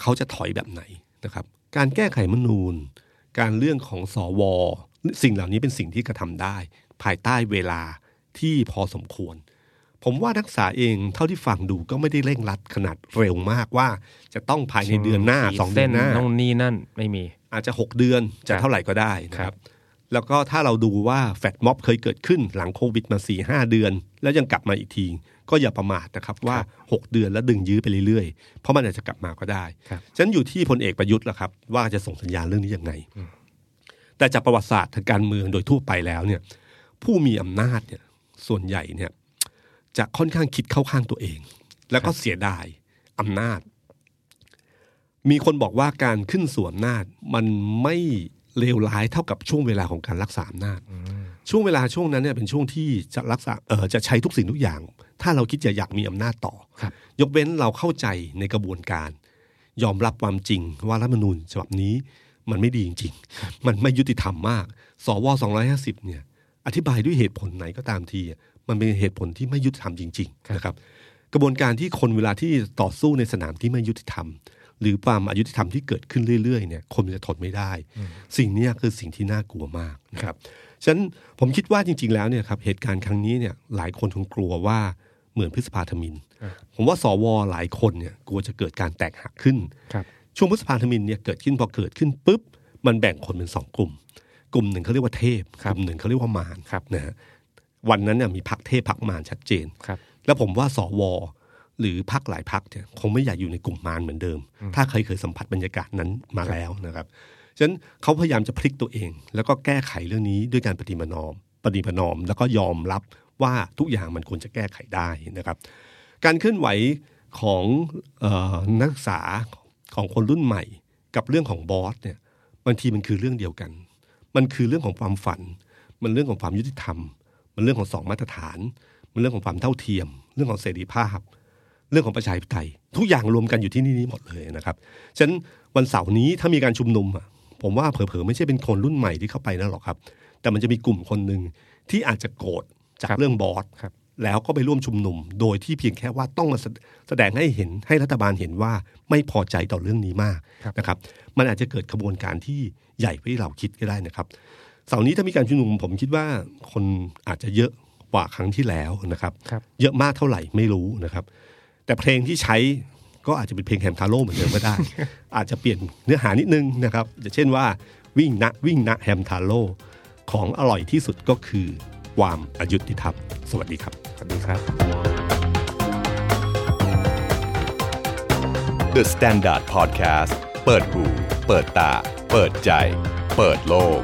เขาจะถอยแบบไหนนะครับ การแก้ไขรัฐธรรมนูญ การเรื่องของสอวอสิ่งเหล่านี้เป็นสิ่งที่กระทำได้ ภายใต้เวลาที่พอสมควร ผมว่านักศึกษาเองเท่าที่ฟังดูก็ไม่ได้เร่งรัดขนาดเร็วมากว่า จะต้องภายในเดือนหน้า ขี สองเดือนหน้า ส้องนี่นั่นไม่มี อาจจะ 6 เดือนจะ ครับ เท่าไหร่ก็ได้นะค ครั รับ บ แล้วก็ถ้าเราดูว่าแฟดม็อบเคยเกิดขึ้นหลังโควิดมา4ีหเดือน แล้วยังกลับมาอีกที ก็อย่าประมาทนะครับว่า 6 เดือนแล้วดึงยื้อไปเรื่อยๆ เพราะมันอาจจะกลับมาก็ได้ ครับ ฉะนันอยู่ที่พลเอกประยุทธ์ละครับ ว่าจะส่งสัญญาณเรื่องนี้ยังไง แต่จากประวัติศาสตร์ทางการเมืองโดยทั่วไปแล้วเนี่ย ผู้มีอำนาจเนี่ยส่วนใหญ่เนี่ย จะค่อนข้างคิดเข้าข้างตัวเอง แล้วก็เสียดายอำนาจ มีคนบอกว่าการขึ้นสู่อำนาจ มันไม่เลวร้ายเท่ากับช่วงเวลาของการรักษาอำนาจ ช่วงเวลาช่วงนั้นเนี่ยเป็นช่วงที่จะรักษาเออจะใช้ทุกสิ่งทุกอย่าง ถ้าเราคิดจะอยากมีอำนาจต่อ ครับ ยกเว้นเราเข้าใจในกระบวนการ ยอมรับความจริงว่ารัฐธรรมนูญฉบับนี้มันไม่ดีจริงๆ มันไม่ยุติธรรมมาก สว250เนี่ย อธิบายด้วยเหตุผลไหนก็ตามทีอะมันเป็นเหตุผลที่ไม่ยุติธรรมจริงๆนะครับ กระบวนการที่คนเวลาที่ต่อสู้ในสนามที่ไม่ยุติธรรม หรือความอายุติธรรมที่เกิดขึ้นเรื่อยๆเนี่ยคนมันจะทนไม่ได้ สิ่งเนี้ยคือสิ่งที่น่ากลัวมากนะครับฉะนั้นผมคิดว่าจริง ๆ แล้วเนี่ยครับเหตุการณ์ครั้งนี้เนี่ยหลายคนคงกลัวว่าเหมือนพฤษภาธมิน ผมว่าสวหลายคนเนี่ยกลัวจะเกิดการแตกหักขึ้น ครับ ช่วงพฤษภาธมินเนี่ยเกิดขึ้นพอเกิดขึ้นปุ๊บ มันแบ่งคนเป็นสองกลุ่ม กลุ่มหนึ่งเขาเรียกว่าเทพ ครั ก บ ลุ่มหนึ่งเขาเรียกว่ามาร ครับ นะฮะวันนั้นเนี่ยมีพักเทพพักมารชัดเจน ครับ แล้วผมว่าสวหรือพักหลายพักเนี่ยคงไม่อยากอยู่ในกลุ่มมารเหมือนเดิม ถ้าเคยเคยสัมผัสบรรยากาศนั้นมาแล้วนะครับฉะนั้นเขาพยายามจะพลิกตัวเอง แล้วก็แก้ไขเรื่องนี้ด้วยการปฏิมานอมปฏิมานอม แล้วก็ยอมรับว่าทุกอย่างมันควรจะแก้ไขได้นะครับ การเคลื่อนไหวของเออนักศึกษาของคนรุ่นใหม่ กับเรื่องของบอสเนี่ยบางทีมันคือเรื่องเดียวกัน มันคือเรื่องของความฝัน มันเรื่องของความยุติธรรม มันเรื่องของสองมาตรฐาน มันเรื่องของความเท่าเทียม เรื่องของเสรีภาพ เรื่องของประชาธิปไตย ทุกอย่างรวมกันอยู่ที่นี่นี้หมดเลยนะครับ ฉะนั้นวันเสาร์นี้ถ้ามีการชุมนุมอะผมว่าเผลอๆไม่ใช่เป็นคนรุ่นใหม่ที่เข้าไปนั่นหรอกครับ แต่มันจะมีกลุ่มคนหนึ่งที่อาจจะโกรธจาก ครับ เรื่องบอส ครับ แล้วก็ไปร่วมชุมนุม โดยที่เพียงแค่ว่าต้องมาแสแสดงให้เห็นให้รัฐบาลเห็นว่าไม่พอใจต่อเรื่องนี้มากนะครับ มันอาจจะเกิดขบวนการที่ใหญ่กว่าที่เราคิดก็ได้นะครับ เสาร์นี้ถ้ามีการชุมนุมผมคิดว่าคนอาจจะเยอะกว่าครั้งที่แล้วนะครับ ครับ เยอะมากเท่าไหร่ไม่รู้นะครับ แต่เพลงที่ใช้ก็อาจจะเป็นเพลงแฮมทาโร่เหมือนเดิม ก็ได้ อาจจะเปลี่ยนเนื้อหานิดนึงนะครับอย่างเช่นว่าวิ่งนะวิ่งนะแฮมทาโร่ของอร่อยที่สุดก็คือความอายุติธรรมสวัสดีครับ สวัสดีครับ The Standard Podcast เปิดหูเปิดตา เปิดใจ เปิดโลก